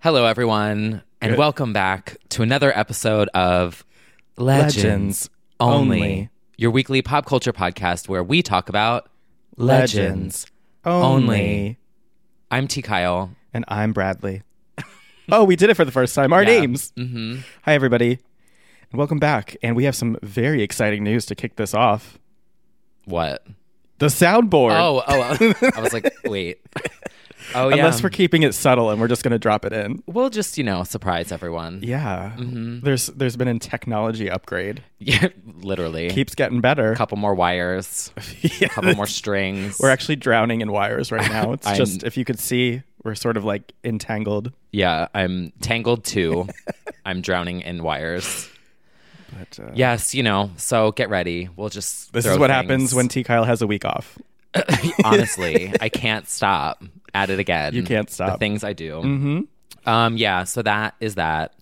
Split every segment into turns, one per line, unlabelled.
Hello, everyone, and
Good.
welcome back to another episode of Legends,
Legends
only,
Only.
your weekly pop culture podcast where we talk about
Legends
only. I'm T. Kyle.
And I'm Bradley. oh, we did it for the first time. Our
Yeah.
names.
Mm-hmm.
Hi, everybody. And welcome back. And we have some very exciting news to kick this off.
What?
The soundboard.
Oh, oh, oh. I was like, wait. Oh, yeah.
Unless we're keeping it subtle and we're just going to drop it in.
we'll just, you know, surprise everyone.
Yeah.
Mm-hmm.
There's there's been a technology upgrade.
Yeah, literally.
Keeps getting better.
a couple more wires,
Yeah.
a couple more strings.
We're actually drowning in wires right now. It's
I'm-
just if you could see, we're sort of like entangled.
yeah, I'm tangled too. I'm drowning in wires.
But uh,
Yes, you know. So get ready. We'll just.
this
throw
is what
things.
happens when T Kyle has a week off.
Honestly, I can't stop at it again.
You can't
the
stop. Mm-hmm.
things I do. Um. Yeah. So that is that.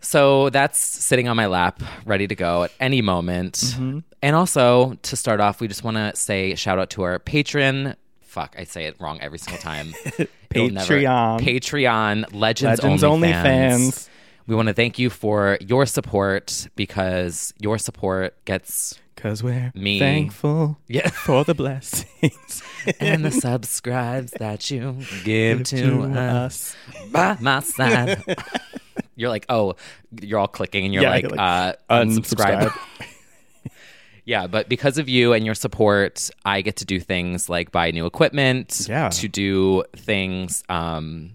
so that's sitting on my lap, ready to go at any moment.
Mm-hmm.
And also to start off, we just want to say shout out to our patron. Fuck, I say it wrong every single time. It'll never-
Patreon.
Patreon. Legends,
Legends
only,
Only
fans.
fans.
We want to thank you for your support because your support gets
Because we're
Me.
thankful
Yeah.
for the blessings
and the subscribes that you give to us by my side. You're like, oh, you're all clicking and you're
Yeah,
like,
you're
uh,
like,
unsubscribe.
unsubscribe.
yeah, but because of you and your support, I get to do things like buy new equipment,
Yeah.
to do things um,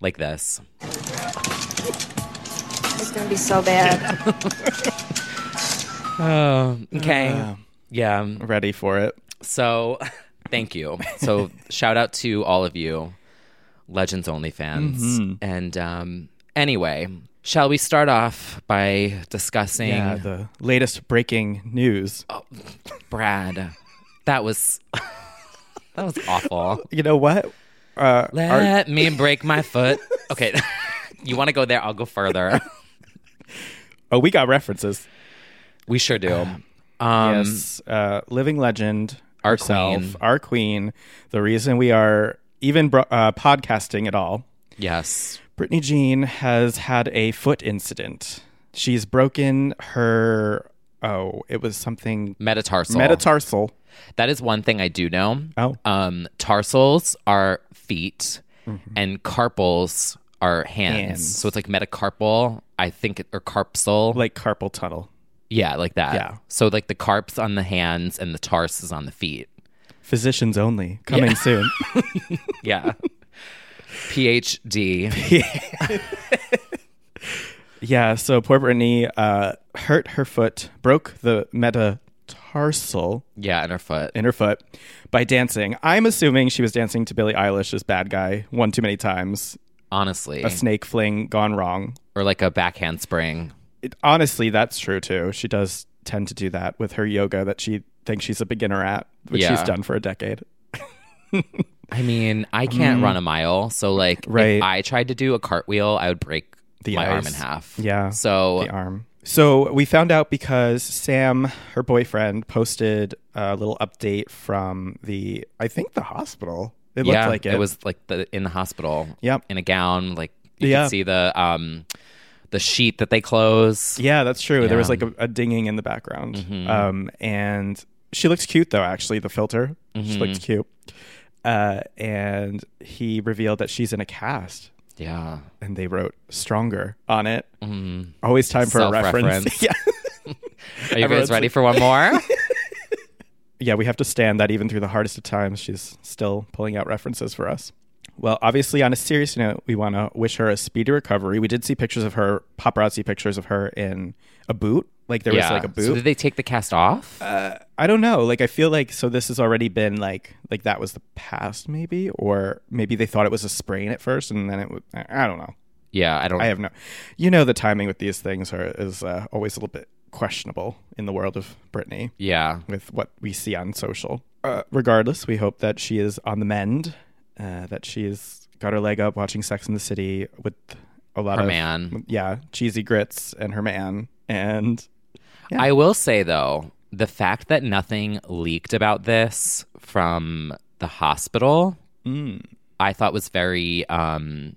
like this.
It's gonna be so bad.
Oh, okay. yeah.
Ready for it.
So thank you. So shout out to all of you, Legends Only fans.
Mm-hmm.
And um, anyway, shall we start off by discussing
Yeah, Uh, the latest breaking news.
Oh. Brad? That was that was awful.
You know what? Uh, our,
Let me break my foot. Okay. you want to go there? I'll go further.
oh, we got references.
We sure do. Um,
yes, uh, living legend,
Our
herself,
queen.
our queen. The reason we are even bro- uh, podcasting at all.
yes.
Brittany Jean has had a foot incident. She's broken her. Oh, it was something
Metatarsal.
metatarsal.
That is one thing I do know.
Oh.
Um, tarsals are feet and carpals are hands.
Mm-hmm. Hands.
So it's like metacarpal, I think, it- or carpsal.
like carpal tunnel.
yeah, like that.
Yeah.
So like the carp's on the hands and the tars is on the feet.
Physicians only coming soon.
Yeah. PhD.
Yeah, so poor Brittany uh, hurt her foot, broke the metatarsal
Yeah, in her foot.
in her foot by dancing. I'm assuming she was dancing to Billie Eilish's "Bad Guy" one too many times.
Honestly.
A snake fling gone wrong.
or like a back handspring.
It, honestly, that's true too. She does tend to do that with her yoga that she thinks she's a beginner at, which
Yeah.
she's done for a decade.
I mean, I can't run a mile, so like,
Mm. Right.
if I tried to do a cartwheel, I would break
The
my arm
ice.
in half.
Yeah.
So
the arm. So we found out because Sam, her boyfriend, posted a little update from the, I think the hospital. It
yeah,
looked like it.
was like the in the hospital.
Yep.
In a gown, like you
Yeah.
can see the um the sheet that they close.
Yeah, that's true. There was
Yeah. Mm-hmm.
like a, a dinging in the background. Um, and she looks cute though. Actually, the filter
Mm-hmm.
she looks cute. Uh, and he revealed that she's in a cast,
Yeah.
and they wrote "stronger" on it. Always time for a reference.
Mm-hmm. Self-reference.
yeah,
Are you
Everyone's
guys ready for one more?
yeah. We have to stand that even through the hardest of times. She's still pulling out references for us. Well, obviously, on a serious note, we want to wish her a speedy recovery. We did see pictures of her, paparazzi pictures of her in a boot. Like there was like a Uh, boot.
So did they take the cast off?
I don't know. Like I feel like so this has already been like like that was the past maybe or maybe they thought it was a sprain at first and then it was I I don't know.
yeah, I don't.
I have no. You know the timing with these things are is uh, always a little bit questionable in the world of Britney
yeah.
with what we see on social. Uh, regardless, we hope that she is on the mend, uh, that she's got her leg up watching Sex in the City with a lot
Her
of
man.
Yeah, cheesy grits and her man and
I will say though, the fact that nothing leaked about this from the hospital,
mm,
I thought was very um,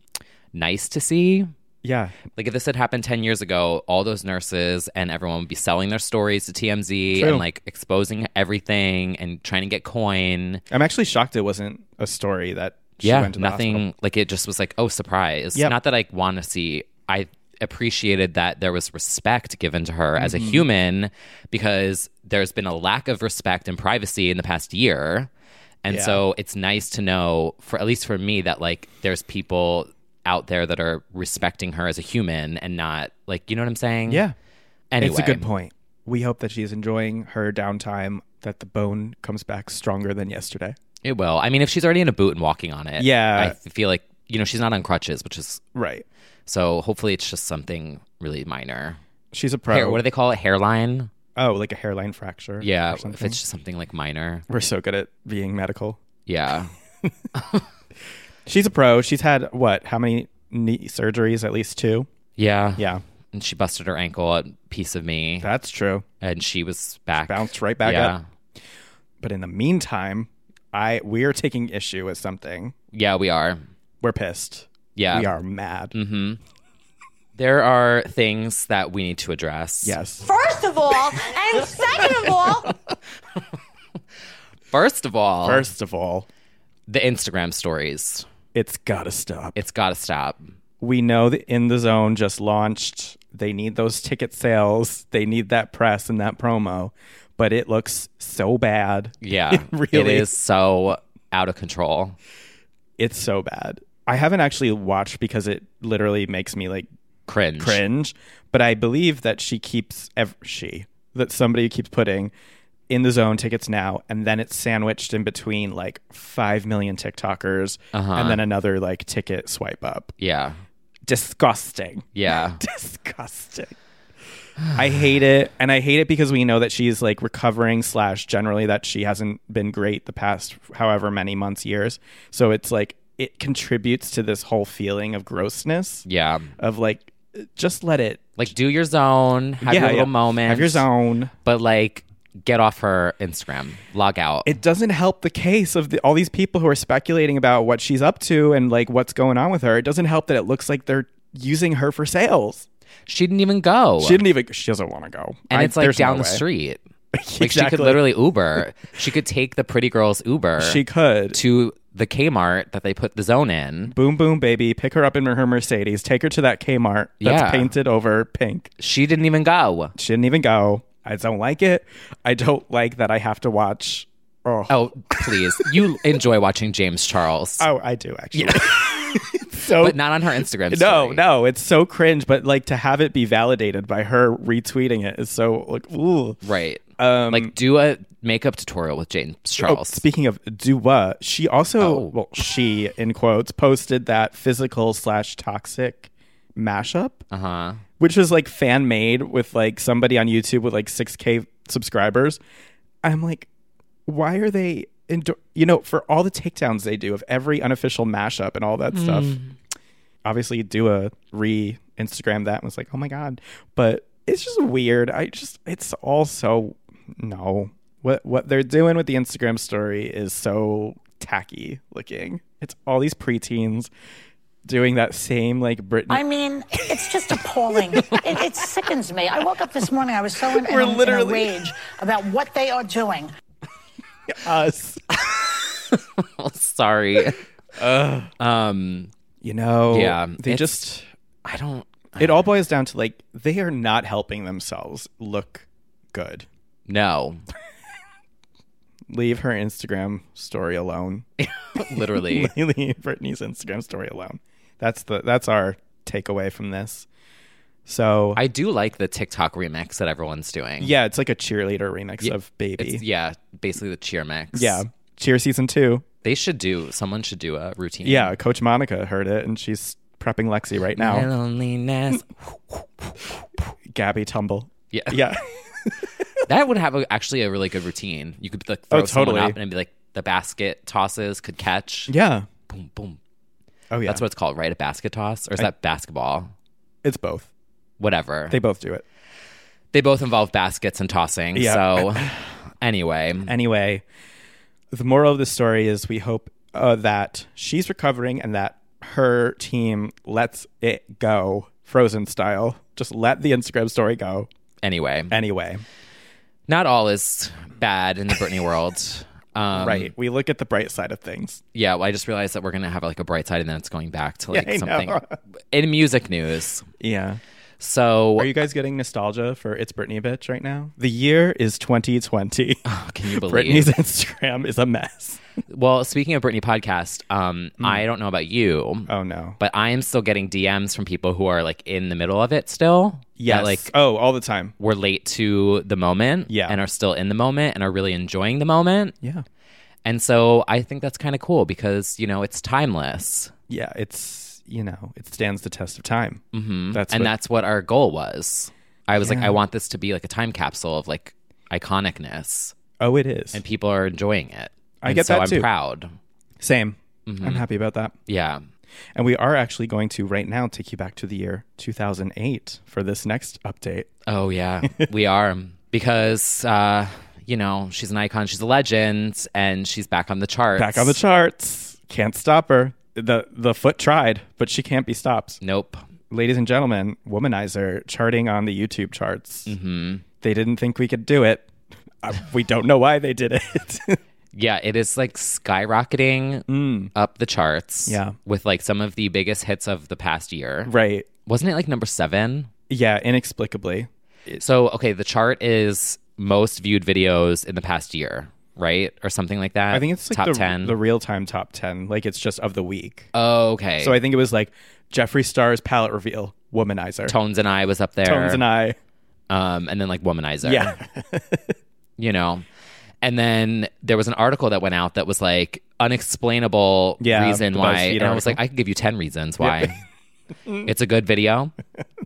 nice to see.
yeah,
Like if this had happened ten years ago, all those nurses and everyone would be selling their stories to TMZ
True.
and like exposing everything and trying to get coin.
I'm actually shocked it wasn't a story that she
yeah,
went to the
nothing.
hospital.
Like it just was like, oh, surprise.
Yep.
Not that I want to see. I appreciated that there was respect given to her as a
Mm-hmm.
human because there's been a lack of respect and privacy in the past year, and
Yeah.
so it's nice to know for at least for me that like there's people out there that are respecting her as a human and not like you know what I'm saying.
Yeah,
Anyway,
it's a good point. We hope that she's enjoying her downtime. That the bone comes back stronger than yesterday.
It will. I mean, if she's already in a boot and walking on it,
Yeah.
I feel like you know she's not on crutches, which is
Right.
so. Hopefully, it's just something really minor.
She's a pro.
Hair, what do they call it? Hairline.
oh, like a hairline fracture.
Yeah,
or
if
something.
it's just something like minor.
We're so good at being medical.
Yeah,
She's a pro. She's had what? How many knee surgeries? At least two.
yeah,
Yeah,
And she busted her ankle at piece of me,
that's true.
and she was back,
Bounced right back
yeah.
up. But in the meantime, I we are taking issue with something.
Yeah, we are.
We're pissed.
Yeah, Mm. Mm-hmm.
We are mad.
There are things that we need to address.
Yes.
First of all, and second of all,
First of all,
First of all,
the Instagram stories.
it's gotta stop.
It's got to stop.
we know that in the zone just launched they need those ticket sales they need that press and that promo but it looks so bad
Yeah,
It really-
it is so out of control.
it's so bad i haven't actually watched because it literally makes me like
Cringe.
cringe but i believe that she keeps ev- she that somebody keeps putting in the zone tickets now and then it's sandwiched in between like 5 million tiktokers and then another like ticket swipe up
Yeah,
disgusting
yeah.
disgusting. I hate it, and I hate it because we know that she's like recovering slash generally that she hasn't been great the past however many months years. So it's like it contributes to this whole feeling of grossness
Yeah.
of like just let it
Like do your zone, have
Yeah,
your little
yeah.
moment.
have your zone.
But like get off her Instagram. Log out.
It doesn't help the case of the, all these people who are speculating about what she's up to and like what's going on with her. It doesn't help that it looks like they're using her for sales.
she didn't even go.
She didn't even. She doesn't want to go,
and
I-
it's like
there's no
down the
way.
street. Like she could
Exactly.
literally Uber. she could take the pretty girl's Uber
She could.
to the Kmart that they put the zone in.
boom boom baby pick her up in her mercedes take her to that kmart that's
Yeah.
painted over pink
She didn't even go.
she didn't even go i don't like it i don't like that i have to watch oh oh,
Oh, please. you enjoy watching James Charles.
i do actually It's so
but not on her Instagram
no
story.
no it's so cringe but like to have it be validated by her retweeting it is so like ooh
Right.
Um,
like do a makeup tutorial with James
Oh,
Charles.
speaking of Dua, she also
Oh.
well, she in quotes posted that physical slash toxic mashup, uh-huh. which was like fan made with like somebody on YouTube with like six k subscribers. I'm like, why are they endure, you know, for all the takedowns they do of every unofficial mashup and all that stuff. Obviously, you do a re Instagram that and was like, oh my god, but it's just weird. I just, it's all so no. What what they're doing with the Instagram story is so tacky looking. It's all these preteens doing that same like Britney.
I mean, it's just appalling. it, it sickens me. I woke up this morning. I was so in, in
We're
a- in
literally-
a rage about what they are doing.
us.
Oh, Sorry. um.
You know,
Yeah,
they
it's-
just
I don't.
it all boils down to like they are not helping themselves look good.
No.
Leave her Instagram story alone.
Literally.
Leave Brittany's Instagram story alone. That's the that's our takeaway from this. So
I do like the TikTok remix that everyone's doing.
yeah, it's like a cheerleader remix of Baby.
It's, yeah. Basically the cheer mix.
yeah, cheer season two.
They should do. Someone should do a routine.
Yeah, Coach Monica heard it and she's prepping Lexi right
My
now.
Loneliness.
Gabby tumble.
Yeah.
Yeah,
That would have a, actually a really good routine. You could like throw
Oh,
someone
totally.
up and be like the basket tosses could catch.
yeah.
Boom boom.
Oh yeah,
That's what it's called, right? A basket toss or is that basketball?
it's both.
Whatever.
They both do it.
they both involve baskets and tossing.
Yeah.
So anyway,
Anyway, the moral of the story is we hope uh, that she's recovering and that her team lets it go, Frozen style. Just let the Instagram story go.
anyway,
Anyway,
not all is bad in the Britney world. Um,
right. We look at the bright side of things.
Yeah. Well, I just realized that we're gonna have like a bright side, and then it's going back to like
I know.
something in music news.
Yeah.
So
Are you guys getting nostalgia for It's Britney Bitch right now? The year is 2020.
can you believe?
Britney's Instagram is a mess.
Well, speaking of Britney podcast, um, I don't know about you,
Hmm. Oh, no.
but I am still getting DMs from people who are like in the middle of it still.
Yes.
That, like
oh, all the time.
were late to the moment
Yeah.
and are still in the moment and are really enjoying the moment.
Yeah.
And so I think that's kind of cool because, you know, it's timeless.
Yeah. It's, you know, it stands the test of time. Mm-hmm. That's
and
what-
that's what our goal was. I was like,
Yeah.
I want this to be like a time capsule of like iconicness
Oh, it is.
and people are enjoying it.
I
And
get
so
that
I'm
too.
proud.
Same. I'm happy about that.
Yeah.
And we are actually going to right now take you back to the year 2008 for this next update.
Oh yeah, we are because uh, you know she's an icon, she's a legend, and she's back on the charts.
Back on the charts. Can't stop her. The the foot tried, but she can't be stopped.
Nope.
Ladies and gentlemen, Womanizer charting on the YouTube charts. Mm-hmm. They didn't think we could do it. Uh, we don't know why they did it.
Yeah, it is like skyrocketing up the charts.
Mm. Yeah.
with like some of the biggest hits of the past year.
right.
Wasn't it like number seven?
Yeah, inexplicably.
So okay, the chart is most viewed videos in the past year, right, or something like that.
I think it's like
top
the,
ten.
the real time top 10. Like it's just of the week.
oh, okay.
so I think it was like Jeffree Star's palette reveal, Womanizer.
Tones and I was up there.
Tones and I.
um, and then like Womanizer.
Yeah.
you know. And then there was an article that went out that was like unexplainable
Yeah,
reason
the
why.
BuzzFeed
and I was
article.
like, I could give you ten reasons why. it's a good video.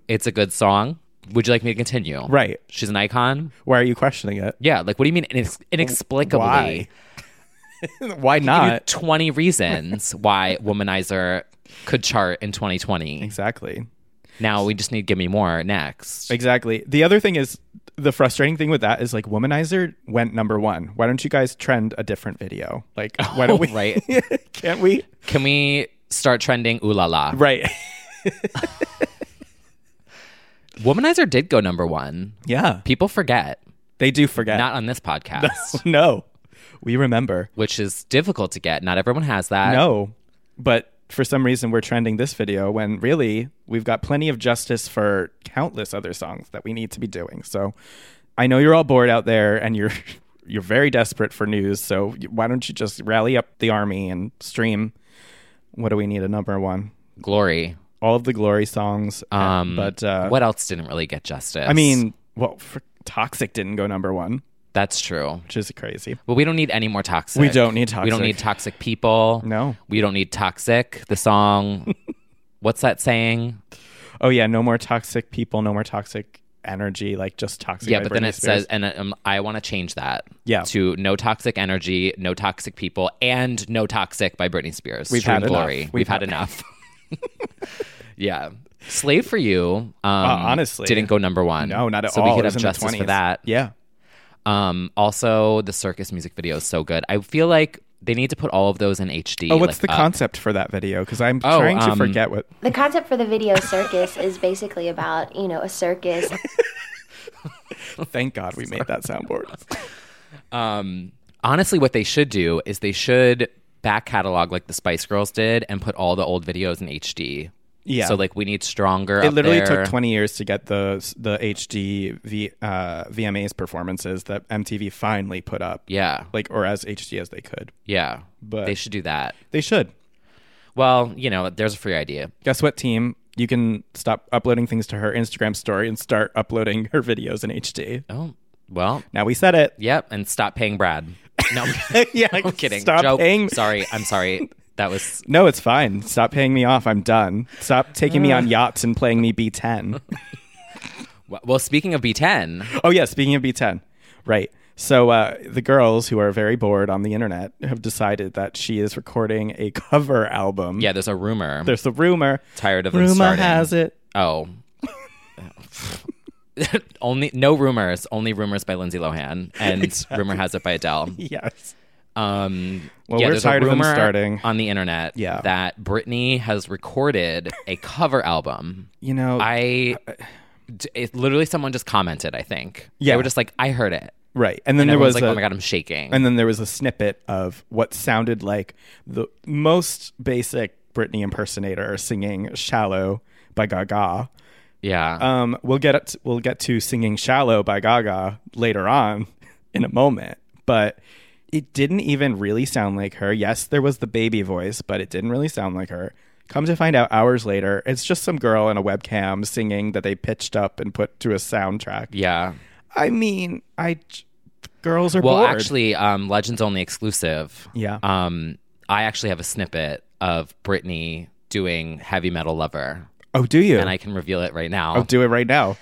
It's a good song. Would you like me to continue?
Right.
She's an icon.
Why are you questioning it?
Yeah. Like, what do you mean inex- inexplicably?
Why? Why
Give you
not?
Twenty reasons why Womanizer could chart in 2020.
Exactly.
Now we just need give me more next.
Exactly. The other thing is the frustrating thing with that is like Womanizer went number one. Why don't you guys trend a different video? Like, why don't we?
right.
Can't we?
Can we start trending? Ooh la la.
Right.
Womanizer did go number one.
Yeah.
People forget.
They do forget.
Not on this podcast,
no. We remember.
which is difficult to get. Not everyone has that.
no. But for some reason, we're trending this video when really we've got plenty of justice for countless other songs that we need to be doing. So I know you're all bored out there and you're. You're very desperate for news, so why don't you just rally up the army and stream? What do we need? A number one,
Glory.
all of the glory songs. Um, but uh,
what else didn't really get justice?
I mean, well, for, Toxic didn't go number one,
that's true.
which is crazy.
But we don't need any more toxic.
We don't need
We
Toxic.
don't need toxic people.
No.
We don't need toxic. The song. What's that saying?
Oh yeah, no more toxic people, no more toxic energy, like just toxic.
Yeah,
by
but then
Britney
it
Spears.
says, and um, I want to change that
Yeah.
to no toxic energy, no toxic people, and no toxic by Britney Spears.
We've
True
had enough.
glory.
We've
We've, had
had-
enough. yeah, slave for you. Um,
honestly.
didn't go number one.
no, Oh, not at
so
all.
we
It
could
was
have
in the
justice for
20s.
that.
Yeah,
Um, also, the circus music video is so good. I feel like they need to put all of those in HD.
Oh, what's
like, uh,
the
up.
concept for that video? Because I'm
Oh,
trying to
um,
forget what.
The concept for the video circus is basically about, you know, a circus.
Thank God we made that soundboard.
Um, honestly, what they should do is they should back catalog like the Spice Girls did and put all the old videos in HD.
Yeah.
So like we need stronger.
It
up
literally
there.
took 20 years to get the the HD v, uh, VMAs performances that MTV finally put up.
Yeah.
like or as HD as they could.
Yeah.
But-
they should do that.
They should.
Well, you know, there's a free idea.
Guess what, team? You can stop uploading things to her Instagram story and start uploading her videos in HD.
Oh, well,
Now we said it.
yep. And stop paying Brad. No,
yeah,
I'm kidding.
Stop
Joke.
paying.
Sorry. I'm sorry. That was
No, it's fine. Stop paying me off. I'm done. Stop taking me
Uh.
on yachts and playing me B10.
well. Speaking of B10,
Oh yeah, speaking of B10, right. So uh, the girls who are very bored on the internet have decided that she is recording a cover album.
yeah, there's a rumor.
there's the rumor.
Tired of them
rumor
starting.
has it.
Oh. only no rumors, only rumors by Lindsay Lohan, and rumor has it by Adele.
Yes.
Um,
Well,
yeah,
we're
there's
tired
a
of them
rumor
starting.
on the internet
Yeah.
that Britney has recorded a cover album.
You know,
I d- it, literally someone just commented. I think
Yeah.
they were just like, "I heard it,"
right. And then
and
there
everyone's
was
like,
a,
"Oh my god, I'm shaking."
and then there was a snippet of what sounded like the most basic Britney impersonator singing "Shallow" by Gaga.
yeah,
Um, we'll get up to, we'll get to singing "Shallow" by Gaga later on in a moment, but it didn't even really sound like her. Yes, there was the baby voice, but it didn't really sound like her. Come to find out, hours later, it's just some girl in a webcam singing that they pitched up and put to a soundtrack.
yeah.
I mean, I j- girls are
Well,
bored.
actually, um, Legends Only exclusive.
Yeah.
Um, I actually have a snippet of Britney doing Heavy Metal Lover,
oh, do you?
and I can reveal it right now.
oh, do it right now.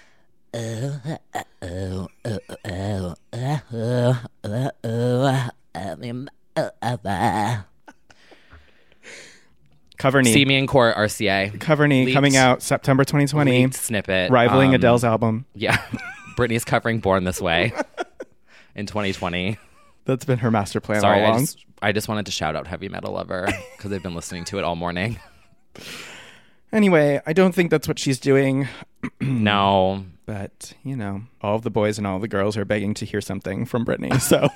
Cover knee.
See me in court, RCA.
Cover knee
Leaked-
coming out September 2020,
leaked snippet
rivaling
Um,
Adele's album.
Yeah, Britney's covering Born This Way in 2020.
That's been her master plan
Sorry,
all
I
along.
just, I just wanted to shout out Heavy Metal Lover because I've been listening to it all morning.
Anyway, I don't think that's what she's doing,
no,
but you know, all of the boys and all of the girls are begging to hear something from Britney. So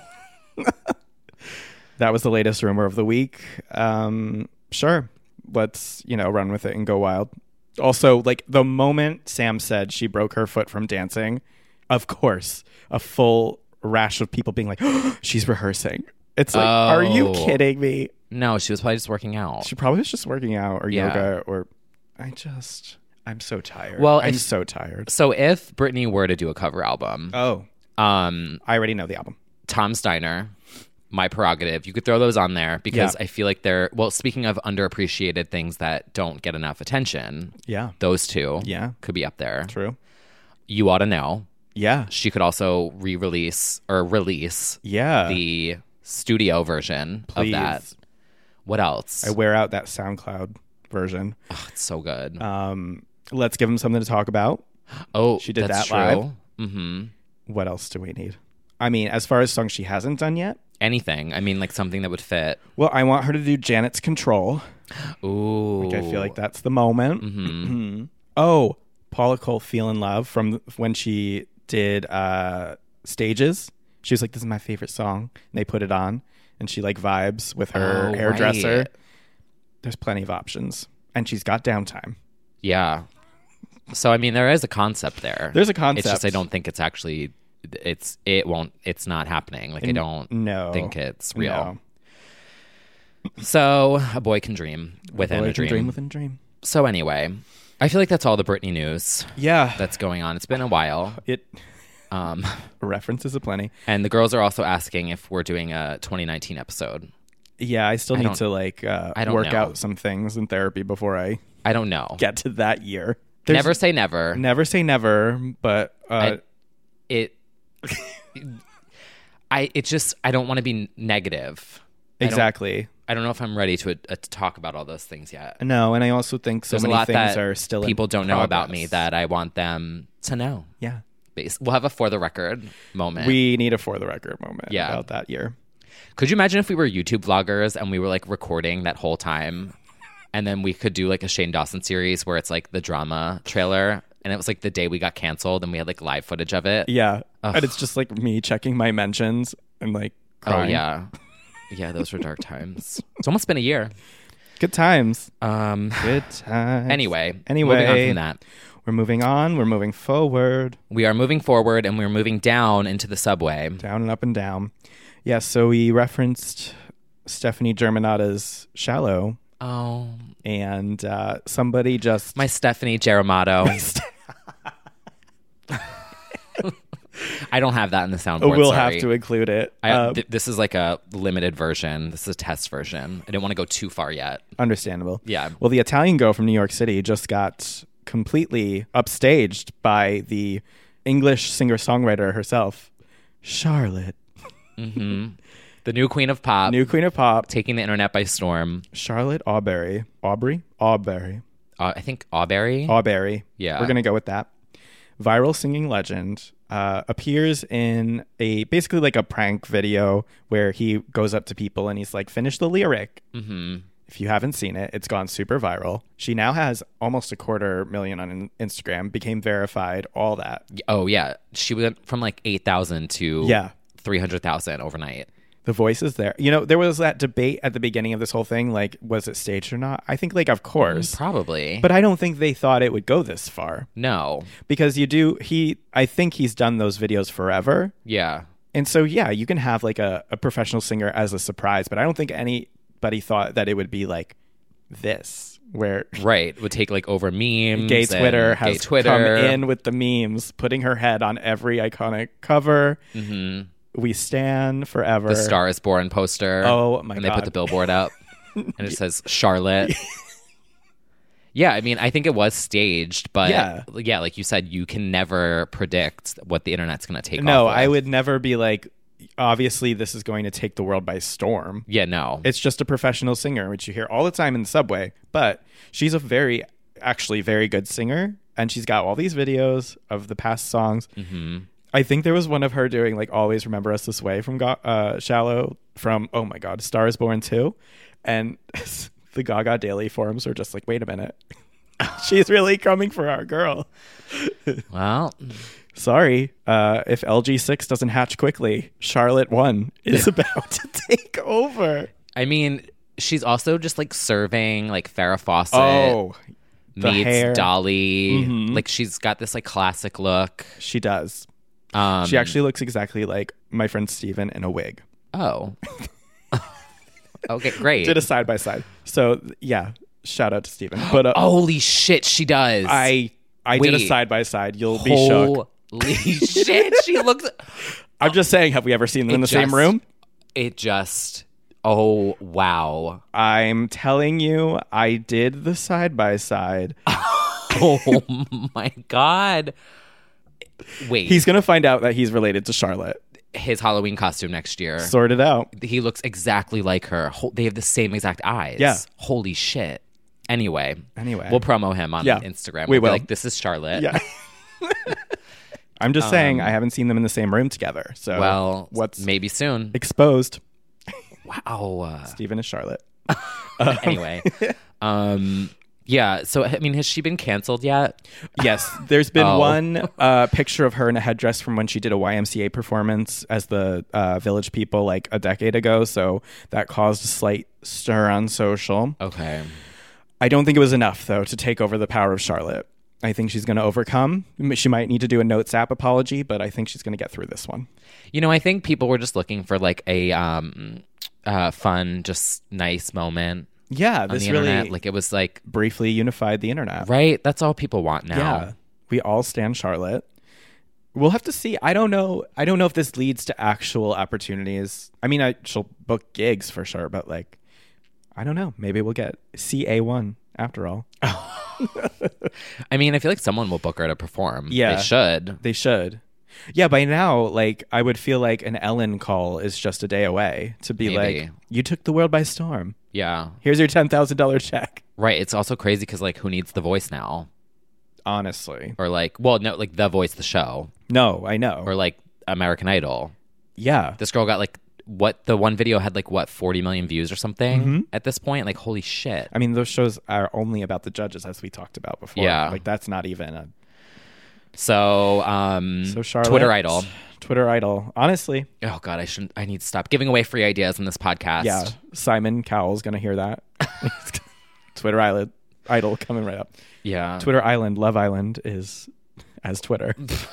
that was the latest rumor of the week. Um, sure, let's you know run with it and go wild. Also, like the moment Sam said she broke her foot from dancing, of course, a full rash of people being like, "She's rehearsing." It's like, are you
Oh.
kidding me?
no, she was probably just working out.
She probably was just working out or
Yeah.
yoga or I just I'm so tired.
Well,
I'm
if-
so tired.
So if Britney were to do a cover album,
Oh,
um,
I already know the album.
Tom Steiner, My Prerogative. You could throw those on there because
Yeah.
I feel like they're well. Speaking of underappreciated things that don't get enough attention,
Yeah.
those two,
Yeah.
could be up there.
True.
You ought to know.
Yeah.
She could also re-release or release
Yeah.
the studio version
Please.
of that. What else?
I wear out that SoundCloud version.
It's so good.
Um, let's give them something to talk about.
oh,
she did
that's
that live?
true. Mm-hmm.
What else do we need? I mean, as far as songs she hasn't done yet,
Anything. I mean, like something that would fit.
well, I want her to do Janet's Control.
Ooh. Mm-hmm.
I feel like that's the moment. oh, Paula Cole "Feel in Love" from when she did uh, stages. She was like, "This is my favorite song," and they put it on, and she like vibes with her
Oh,
hairdresser.
right.
There's plenty of options, and she's got downtime.
Yeah. So I mean, there is a concept there.
There's a
It's just I
concept.
don't think it's actually. It's it won't. It's not happening. Like I don't
no.
think it's
No.
real. So a boy can dream within
Boy
a
can
dream.
dream within a dream.
so anyway, I feel like that's all the Britney news
Yeah,
that's going on. It's been a while.
it
Um,
references aplenty.
and the girls are also asking if we're doing a 2019 episode.
Yeah, I still need
don't-
to like uh,
I don't
work
know.
out some things in therapy before I
I don't know.
get to that year. There's-
never say never.
Never say never, but uh,
I- It, I, it just, I don't want to be negative. I don't-
exactly.
I don't know if I'm ready to, uh, to talk about all those things yet.
No, and I also think so
There's a
many
lot
things
that
are still in
people don't know about me
progress.
that I want them to know.
yeah.
Bas- We'll have a for the record moment.
We need a for the record moment
Yeah.
about that year.
could you imagine if we were YouTube vloggers and we were like recording that whole time, and then we could do like a Shane Dawson series where it's like the drama trailer, and it was like the day we got canceled and we had like live footage of it.
Yeah. And it's just like me checking my mentions and like crying.
Oh yeah, yeah. Those were dark times. It's almost been a year.
Good times.
Um.
Good times.
Anyway.
Anyway.
Moving on from that.
We're moving on. We're moving forward,
We are moving forward and we're moving down into the subway.
down and up and down. Yeah, so we referenced Stephanie Germanata's Shallow,
Oh,
and uh, somebody just.
my Stephanie Geramato. I don't have that in the
Oh,
soundboard.
we'll
sorry.
have to include it.
I,
Uh,
th- this is like a limited version. This is a test version. I didn't want to go too far yet.
understandable.
Yeah.
Well, the Italian girl from New York City just got completely upstaged by the English singer songwriter herself, Charlotte,
The new queen of pop,
new queen of pop,
taking the internet by storm.
Charlotte Auberry. Aubrey? Auberry.
Uh, I think Auberry.
Auberry.
Yeah.
We're going to go with that. Viral singing legend uh, appears in a basically like a prank video where he goes up to people and he's like, finish the lyric. Mm-hmm. If you haven't seen it, it's gone super viral. She now has almost a quarter million on in- Instagram, became verified, all that.
oh yeah, she went from like eight thousand to
Yeah.
three hundred thousand overnight.
The voice is there. You know, there was that debate at the beginning of this whole thing like, was it staged or not? I think, like, of course.
Mm, Probably,
But uh, I don't think they thought it would go this far
no.
because you do, he, I think he's done those videos forever.
Yeah,
And so, yeah, you can have like a, a professional singer as a surprise, but I don't think anybody thought that it would be like this, where
right. Would take like over memes.
gay
and
Twitter
Mm, gay
has
Twitter.
come in with the memes, putting her head on every iconic cover. We stand forever.
Mm-hmm. the Star Is Born poster.
Oh, my
and they put
God.
the billboard up, and it says Charlotte. yeah, I mean, I think it was staged, but
Yeah.
yeah, like you said, you can never predict what the internet's going to take.
No,
off with.
I would never be like, obviously, this is going to take the world by storm.
Yeah, no.
It's just a professional singer, which you hear all the time in the subway. But she's a very, actually, very good singer. And she's got all these videos of the past songs. I think there was one of her doing, like, Always Remember Us This Way from Ga- uh, Shallow, from, oh my God, Star is Born too. And the Gaga Daily forums are just like, wait a minute. she's really coming for our girl.
well,
Sorry, uh, if LG6 doesn't hatch quickly, Charlotte 1 is about to take over.
I mean, she's also just like serving like Farrah Fawcett
Oh, the
meets
hair. Mm-hmm.
Dolly. Like she's got this like classic look.
She does.
Um,
She actually looks exactly like my friend Steven in a wig.
Oh. okay, great.
Did a side by side. So yeah, shout out to Steven. But uh,
Holy shit, she does.
I I did a
Wait.
side by side. You'll be shocked.
Holy shit, she looks.
I'm just saying, have we ever seen them in
It
the same
just-
room?
It just. Oh wow.
I'm telling you, I did the side by side.
Oh my god. Wait.
He's gonna find out that he's related to Charlotte.
his Halloween costume next year.
Sort it out.
he looks exactly like her. Ho- They have the same exact eyes.
Yeah.
Holy shit. Anyway.
Anyway.
We'll promo him on
Yeah,
Instagram. We'll
we
be
will.
Like this is Charlotte.
Yeah. I'm just saying, I haven't seen them in the same room together. So
Um, Well,
what's
maybe soon.
exposed?
Wow.
Steven is Charlotte.
anyway. um. Yeah. So I mean, has she been canceled yet?
Yes, there's been
Oh.
one uh, picture of her in a headdress from when she did a YMCA performance as the uh, Village People like a decade ago. So that caused a slight stir on social.
Okay.
I don't think it was enough though to take over the power of Charlotte. I think she's going to overcome. M- She might need to do a notes app apology, but I think she's going to get through this one.
You know, I think people were just looking for like a um, uh, fun, just nice moment
Yeah,
on
this
the
really
internet. Like it was like
briefly unified the internet.
right. That's all people want now.
Yeah. We all stand Charlotte. We'll have to see. I don't know. I don't know if this leads to actual opportunities. I mean, I she'll book gigs for sure, but like I don't know. Maybe we'll get CA1 after all.
I mean, I feel like someone will book her to perform.
Yeah.
They should.
They should. Yeah, by now, like I would feel like an Ellen call is just a day away to be
Maybe.
like, "You took the world by storm.
Yeah.
Here's your ten thousand dollar check."
Right. It's also crazy because, like, who needs the voice now?
Honestly,
Or, like, well, no, like, the voice, the show,
no, I know.
or like American Idol.
yeah,
This girl got, like, what the one video had, like, what, 40 million views or something
Mm-hmm.
at this point? Like, holy shit.
I mean, those shows are only about the judges, as we talked about before.
Yeah.
like that's not even a
So, um,
so Charlotte
Twitter Idol.
Twitter idol. Honestly,
Oh, God, I shouldn't, I need to stop giving away free ideas in this podcast.
yeah, Simon Cowell's gonna hear that. Twitter island idol coming right up.
Yeah.
Twitter Island, Love Island is as Twitter.
Th-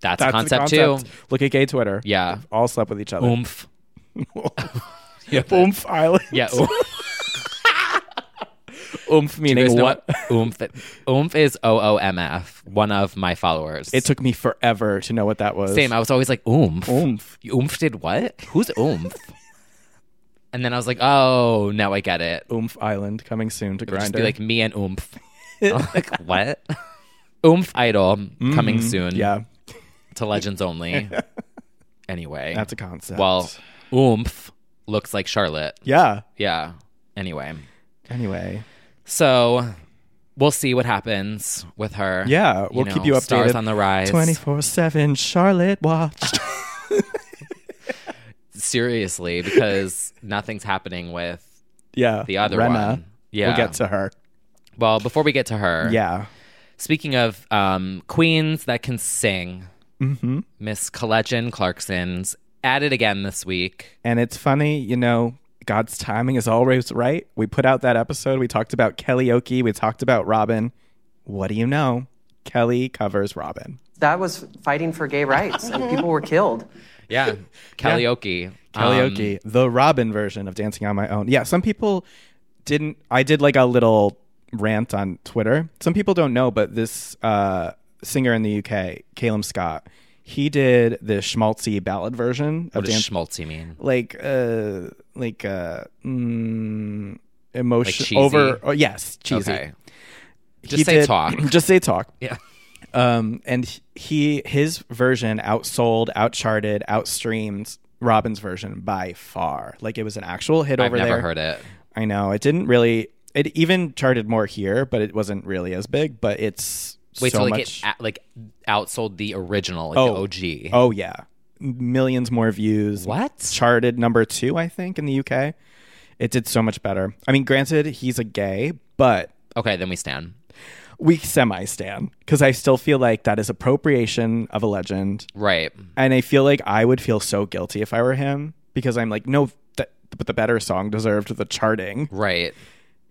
That's,
the
a concept, too.
Look at gay Twitter.
Yeah.
They've all slept with each other.
Oomph. yeah.
Oomph Island.
Yeah. Oomph.
Oomph meaning what?
oomph, oomph is OOMF, one of my followers.
It took me forever to know what that was.
Same. I was always like, oomph.
Oomph.
You oomph did what? Who's oomph? and then I was like, oh, now I get it.
Oomph Island coming soon to
It would
grind.
just be like me and oomph. I was like, what? oomph Idol coming soon
Mm-hmm. yeah,
to Legends Only. anyway.
that's a concept.
Well, oomph looks like Charlotte.
yeah.
Yeah. Anyway.
Anyway,
So we'll see what happens with her.
yeah, we'll keep
know,
you updated.
Stars on the rise.
Twenty four seven Charlotte watch.
Seriously, because nothing's happening with.
yeah,
The other
Rena.
one. Yeah.
we'll get to her.
Well, before we get to her,
Yeah,
Speaking of um, queens that can sing,
Mm-hmm.
Miss Collegian Clarkson's at it again this week.
and it's funny, you know. God's timing is always right. We put out that episode. We talked about Kelly Oki. We talked about Robin. What do you know? Kelly covers Robin.
That was fighting for gay rights, and people were killed.
Yeah, karaoke. Um,
karaoke, the Robin version of Dancing on My Own. Yeah, some people didn't. I did like a little rant on Twitter. Some people don't know, but this uh, singer in the UK, Caleb Scott, he did the schmaltzy ballad version
what
of
does
dance,
schmaltzy mean?
like uh, like uh, mm,
Like
emotion
cheesy?
over. Oh, yes, cheesy.
Okay,
He
just say
did-
talk.
just say talk.
yeah,
Um, and he his version outsold, outcharted, outstreamed Robin's version by far. Like it was an actual hit
I've
over
never
there.
heard it.
I know it didn't really. It even charted more here, but it wasn't really as big. But it's
Wait
so
till like
much.
it a- like outsold the original, like
Oh.
the OG.
oh yeah, millions more views.
What?
charted number two? I think in the UK, it did so much better. I mean, granted, he's a gay, but
Okay, then we stand.
we semi stan because I still feel like that is appropriation of a legend.
Right.
and I feel like I would feel so guilty if I were him because I'm like, no, that, but the better song deserved the charting.
Right.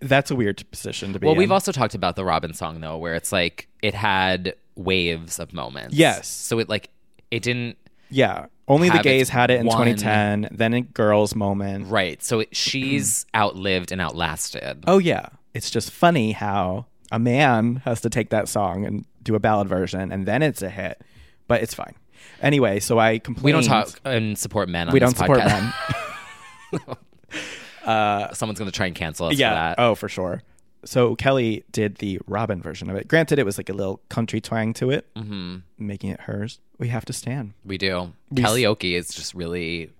That's a weird position to be.
Well,
in.
we've also talked about the Robin song though, where it's like it had waves of moments.
Yes.
So it like it didn't
yeah, only the
have
gays
its
had it in
one-
2010, then a girls moment.
Right. So it, she's outlived and outlasted.
Oh yeah, it's just funny how a man has to take that song and do a ballad version, and then it's a hit, but it's fine. Anyway, so I complained.
we don't talk and support men. On
We
this
don't support
podcast.
men.
Someone's going to try and cancel us
yeah.
for that.
Oh, for sure. So Kelly did the Robin version of it. Granted, it was like a little country twang to it, mm-hmm. making it hers. We have to stand.
We do. Karaoke is just really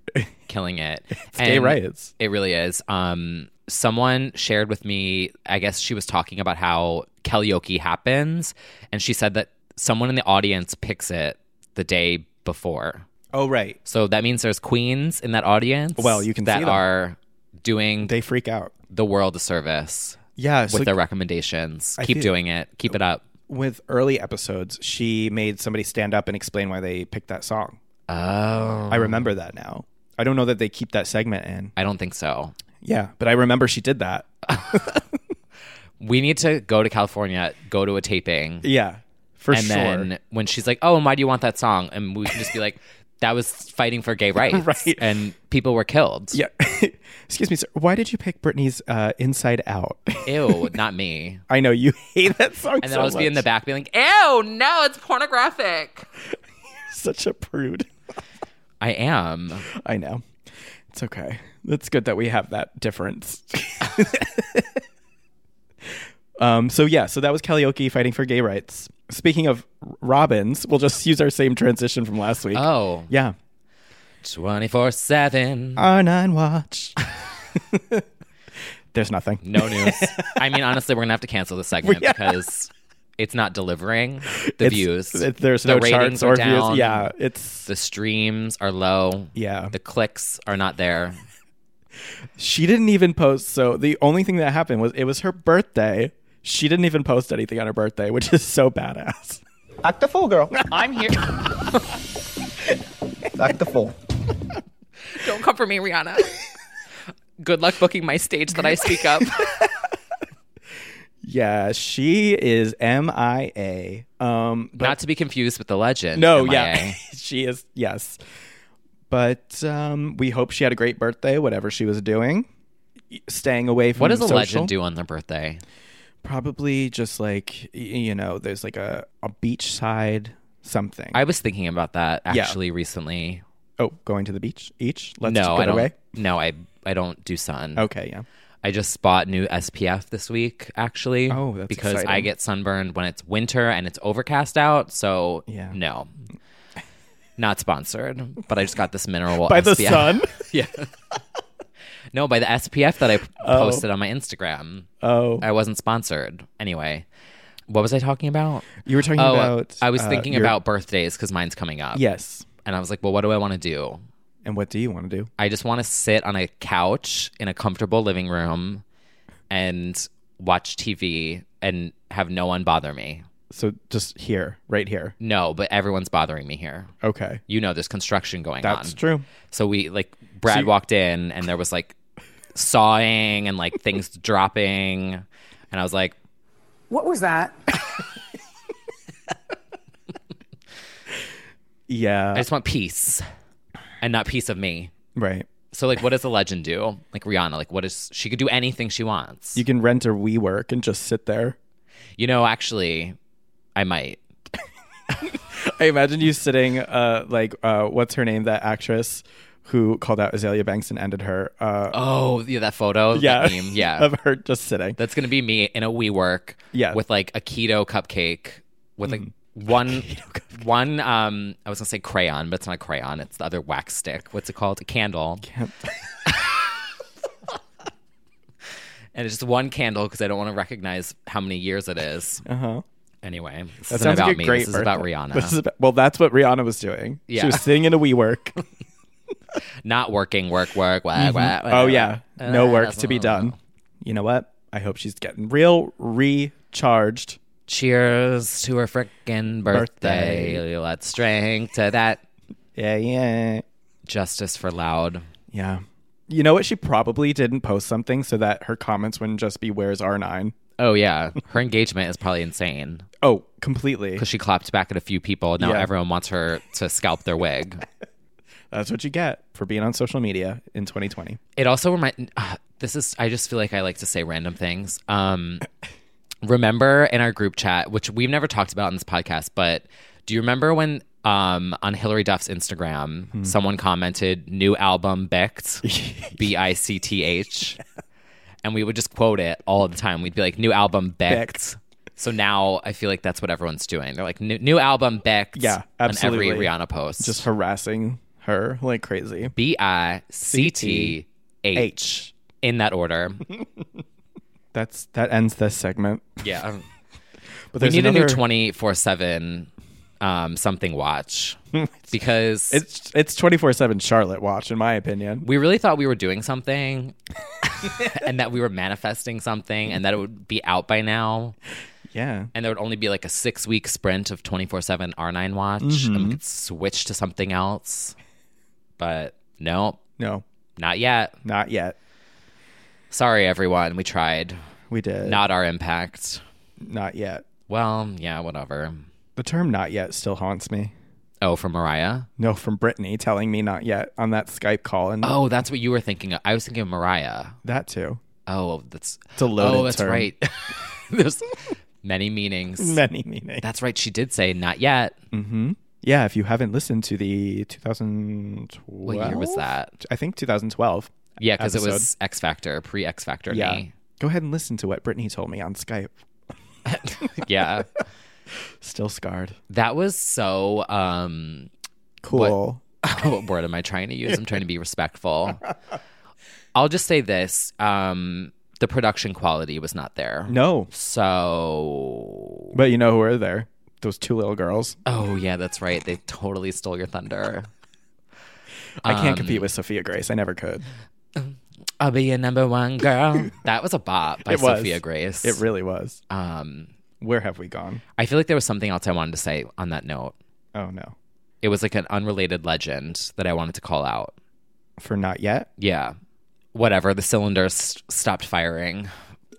killing it. it's
gay rights.
It really is. Um, someone shared with me. I guess she was talking about how karaoke happens, and she said that someone in the audience picks it the day before.
Oh, right.
So that means there's queens in that audience.
Well, you can
that
see them.
are doing
They freak out.
the world a service.
Yeah.
with
So
their recommendations.
I
Keep
feel-
doing it. Keep it up.
with early episodes, she made somebody stand up and explain why they picked that song.
Oh,
I remember that now. I don't know that they keep that segment in.
I don't think so.
Yeah, but I remember she did that.
We need to go to California, go to a taping,
Yeah, for
and
sure.
then when she's like, "Oh, and why do you want that song?" and we can just be like, "That was fighting for gay rights,
Right.
and people were killed."
yeah. Excuse me, sir. Why did you pick Britney's uh, "Inside Out"?
Ew, not me.
I know you hate that song.
And then
so
I'll just be in the
much.
back, being like, "Ew, no, it's pornographic."
Such a prude.
I am.
I know. It's okay. It's good that we have that difference. Um, so yeah, so that was Kalioki fighting for gay rights. Speaking of robins, we'll just use our same transition from last week.
Oh.
Yeah.
24 7.
R9 watch. There's nothing.
No news. I mean, honestly, we're gonna have to cancel this segment because it's not delivering the
It's-
views.
it- there's
the
no
ratings
charts
are
or views.
down.
Yeah, it's-
the streams are low.
Yeah.
the clicks are not there.
She didn't even post. So the only thing that happened was it was her birthday. She didn't even post anything on her birthday, which is so badass.
Act the fool, girl.
I'm here.
Act the fool.
Don't come for me, Rihanna. Good luck booking my stage that I speak up.
Yeah, she is MIA. Um, but-
not to be confused with the legend.
No,
MIA.
yeah, she is. Yes, but um, we hope she had a great birthday, whatever she was doing. Y- Staying away from
What does a
Mm, social.
legend do on their birthday?
Probably just like y- you know, there's like a a beachside something.
I was thinking about that
Yeah.
actually recently.
oh, going to the beach each. Let's
no,
get
I don't.
away. Oh.
No, I I don't do sun.
Okay, yeah.
I just bought new SPF this week, actually.
Oh, that's
because I
exciting.
get sunburned when it's winter and it's overcast out. So
Yeah.
no, not sponsored. But I just got this mineral
By the
SPF.
sun?
yeah. No, by the SPF that I p-
Oh.
posted on my Instagram.
Oh.
I wasn't sponsored. Anyway, what was I talking about?
You were talking
Oh,
about,
I was
uh,
thinking
your-
about birthdays because mine's coming up.
Yes.
And I was like, well, what do I want to do?
And what do you want to do?
I just want to sit on a couch in a comfortable living room and watch TV and have no one bother me.
So just here, right here.
No, but everyone's bothering me here.
Okay.
You know, there's construction going on.
That's true.
So we, like, Brad
So you-
walked in and there was like sawing and like things dropping. And I was like,
What was that?
Yeah.
I
Uh,
just want peace and not peace of me.
right.
So, like, what does a legend do? Like, Rihanna, like, what is she could do anything she wants.
You can rent a WeWork and just sit there.
You know, actually, I might.
I imagine you sitting, uh, like, uh, what's her name? That actress who called out Azalea Banks and ended her. Uh,
Oh, yeah, that photo.
yeah,
That meme. Yeah.
of her just sitting.
That's gonna be me in a WeWork.
Yeah. Mm-hmm.
With like a keto cupcake with like one one um I was gonna say crayon, but it's not a crayon, it's the other wax stick. What's it called? A candle. and it's just one candle because I don't want to recognize how many years it is.
Uh huh.
Anyway, this
That
isn't
sounds
about
like a
me.
great
This is about
birthday.
Rihanna.
This is about, well, that's what Rihanna was doing.
Yeah.
She was sitting in a WeWork.
not working, work, work, wah, wah, wah,
oh yeah,
wah.
no
Uh,
work
that's
to be
what-
done. You know what? I hope she's getting real recharged.
Cheers to her frickin' birthday.
Birthday.
Let's drink to that.
Yeah, yeah.
Justice for Loud.
Yeah. You know what? She probably didn't post something so that her comments wouldn't just be "Where's R9."
Oh yeah, her engagement is probably insane
Oh, completely.
because she clapped back at a few people. Now
Yeah.
everyone wants her to scalp their wig.
That's what you get for being on social media in 2020.
It also reminds. Uh, this is. I just feel like I like to say random things. Um, remember in our group chat, which we've never talked about on this podcast, but do you remember when um on Hillary Duff's Instagram
Hmm.
someone commented new album Bicked, B I C T H, and we would just quote it all the time. We'd be like new album Bicked.
Bicked.
So now I feel like that's what everyone's doing. They're like new, new album Bicked.
Yeah,
On every
absolutely.
Rihanna post,
Just harassing her like crazy.
B I C T H
H.
in that order.
That's that ends this segment.
Yeah.
But
we
there's
need a new
another-
24 7 um, something watch because
It's it's 24 seven Charlotte watch in my opinion.
we really thought we were doing something and that we were manifesting something and that it would be out by now.
Yeah.
And there would only be like a six week sprint of 24 7 R9 watch and we could switch to something else. But no,
No,
not yet.
not yet.
Sorry, everyone. We tried.
We did
Not our impact.
not yet.
Well, yeah, whatever.
The term "not yet" still haunts me.
Oh, for Mariah?
No, from Brittany telling me not yet on that Skype call and
Oh, that's what you were thinking of. I was thinking of Mariah.
that too.
Oh, that's
a loaded
Oh, that's
term.
right. There's many meanings.
Many meanings.
That's right. She did say not yet.
Yeah, if you haven't listened to the 2012,
What year was that?
I think 2012.
Yeah, because it was
episode.
X Factor, pre X Factor.
Yeah,
me.
go ahead and listen to what Brittany told me on Skype.
yeah.
Still scarred.
That was so um
Cool.
What, what word am I trying to use? I'm trying to be respectful. I'll just say this. Um the production quality was not there.
No.
So
But you know who were there? Those two little girls.
Oh yeah, that's right. They totally stole your thunder.
I
Um,
can't compete with Sophia Grace. I never could.
I'll be your number one girl. That was a bop by
It was.
Sophia Grace.
It really was.
Um,
Where have we gone?
I feel like there was something else I wanted to say on that note.
Oh no.
It was like an unrelated legend that I wanted to call out.
For not yet.
Yeah, whatever. The cylinder st- stopped firing.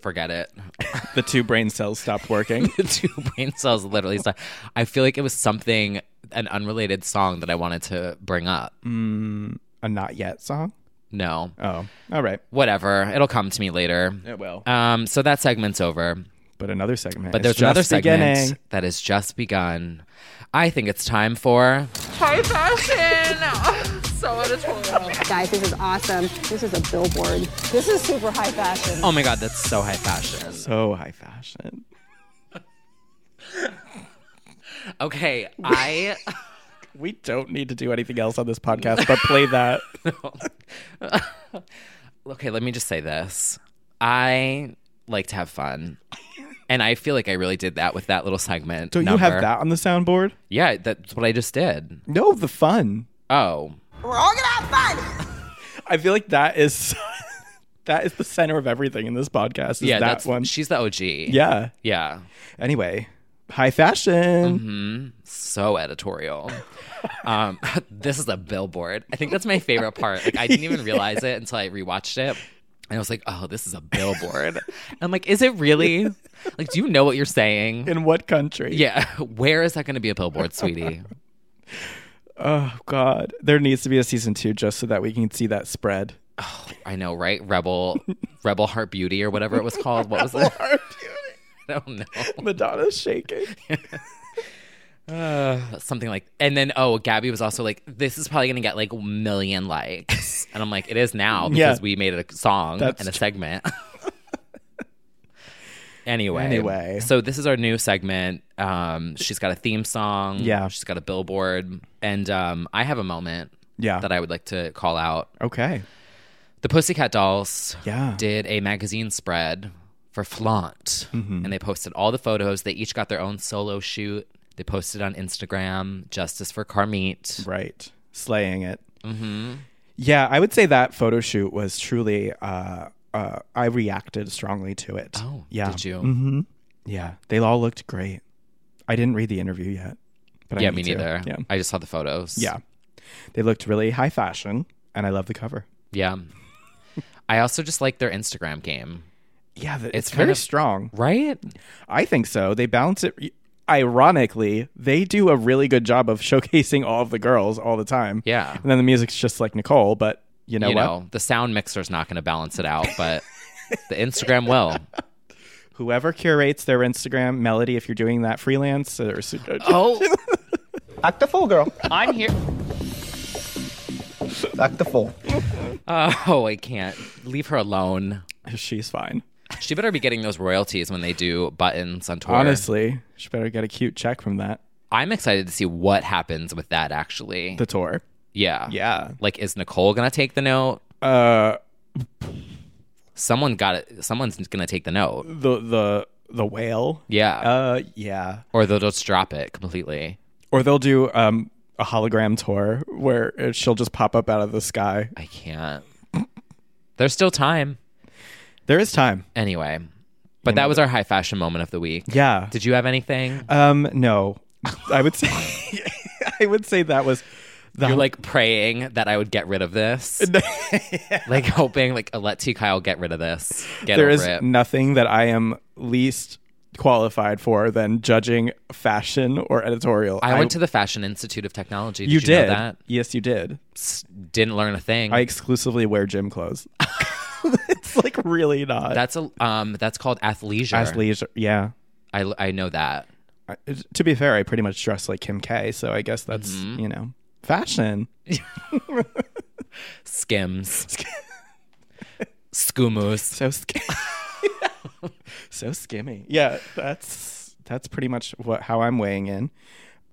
Forget it.
The two brain cells stopped working.
the two brain cells literally stopped. I feel like it was something an unrelated song that I wanted to bring up.
mm, a not yet song.
No,
Oh, all right.
whatever. It'll come to me later.
It will.
Um, so that segment's over.
But another segment.
But
is
there's
just
another segment
beginning.
that has just begun. I think it's time for
High fashion. so editorial. Guys, this is awesome. This is a billboard. This is super high fashion.
Oh my god, that's so high fashion.
So high fashion.
Okay, I
We don't need to do anything else on this podcast, but play that.
Okay, let me just say this. I like to have fun. And I feel like I really did that with that little segment.
Don't you have
number.
that on the soundboard?
Yeah, that's what I just did.
No, the fun.
Oh.
We're all gonna have fun.
I feel like that is that is the center of everything in this podcast. Is
yeah,
that
that's
one.
She's the OG.
yeah.
Yeah.
Anyway, high fashion.
so editorial. um, this is a billboard. I think that's my favorite part. Like I didn't even realize it until I rewatched it. And I was like, oh, this is a billboard. And I'm like, is it really? Like, do you know what you're saying?
In what country?
Yeah. Where is that going to be a billboard, sweetie?
Oh God, there needs to be a season two just so that we can see that spread.
I know, right? Rebel, Rebel Heart Beauty or whatever it was called. What was it? I don't know.
Madonna's shaking.
Uh, Something like, and then, oh, Gabby was also like, this is probably going to get like a million likes. And I'm like, it is now
Yeah.
because we made it a song
That's
and a segment. anyway.
Anyway.
So this is our new segment. Um, she's got a theme song.
Yeah.
She's got a billboard. And um, I have a moment
Yeah.
that I would like to call out.
Okay.
The Pussycat Dolls
Yeah.
did a magazine spread for Flaunt,
Mm-hmm.
and they posted all the photos. They each got their own solo shoot. They posted on Instagram, Justice for Carmeet.
Right. Slaying it. Mm-hmm. Yeah, I would say that photo shoot was truly. Uh, uh, I reacted strongly to it.
Oh,
yeah. Mm-hmm.
did you?
Yeah, they all looked great. I didn't read the interview yet, but I
yeah,
need
me
to.
neither.
Yeah,
I just saw the photos.
yeah, they looked really high fashion, and I love the cover.
Yeah. I also just like their Instagram game,
Yeah, the,
It's
it's,
kind
very
of-
strong.
right?
I think so. They balance it. Ironically, they do a really good job of showcasing all of the girls all the time.
Yeah.
and then the music's just like Nicole, but you know
you
what?
know, the sound mixer's not going to balance it out, but the Instagram will.
Whoever curates their Instagram, Melody, if you're doing that freelance, or uh,
Oh,
Act the fool, girl.
I'm here.
Act the fool.
Oh, I can't. Leave her alone.
she's fine.
She better be getting those royalties when they do buttons on tour.
Honestly, she better get a cute check from that.
I'm excited to see what happens with that actually.
The tour.
yeah.
Yeah.
Like is Nicole going to take the note?
Uh,
Someone got it. Someone's going to take the note.
the the the whale.
Yeah.
Uh, yeah.
or they'll just drop it completely.
Or they'll do um a hologram tour where uh, she'll just pop up out of the sky.
I can't. There's still time.
There is time.
Anyway. But that was our high fashion moment of the week.
Yeah.
Did you have anything?
Um, no, I would say I would say that was the
You're like praying that I would get rid of this. like hoping like let T Kyle get rid of this. Get
there
over
is
it.
nothing that I am least qualified for than judging fashion or editorial.
I went to the Fashion Institute of Technology. Did
you,
you,
did
know that?
yes, you did.
S- Didn't learn a thing.
I exclusively wear gym clothes. it's like really not
That's a um. That's called athleisure.
athleisure. Yeah,
I I know that.
I, to be fair, I pretty much dress like Kim K, so I guess that's
Mm-hmm.
you know fashion.
Skims. Skoomus.
So sc- so skimmy. Yeah, that's that's pretty much what how I'm weighing in.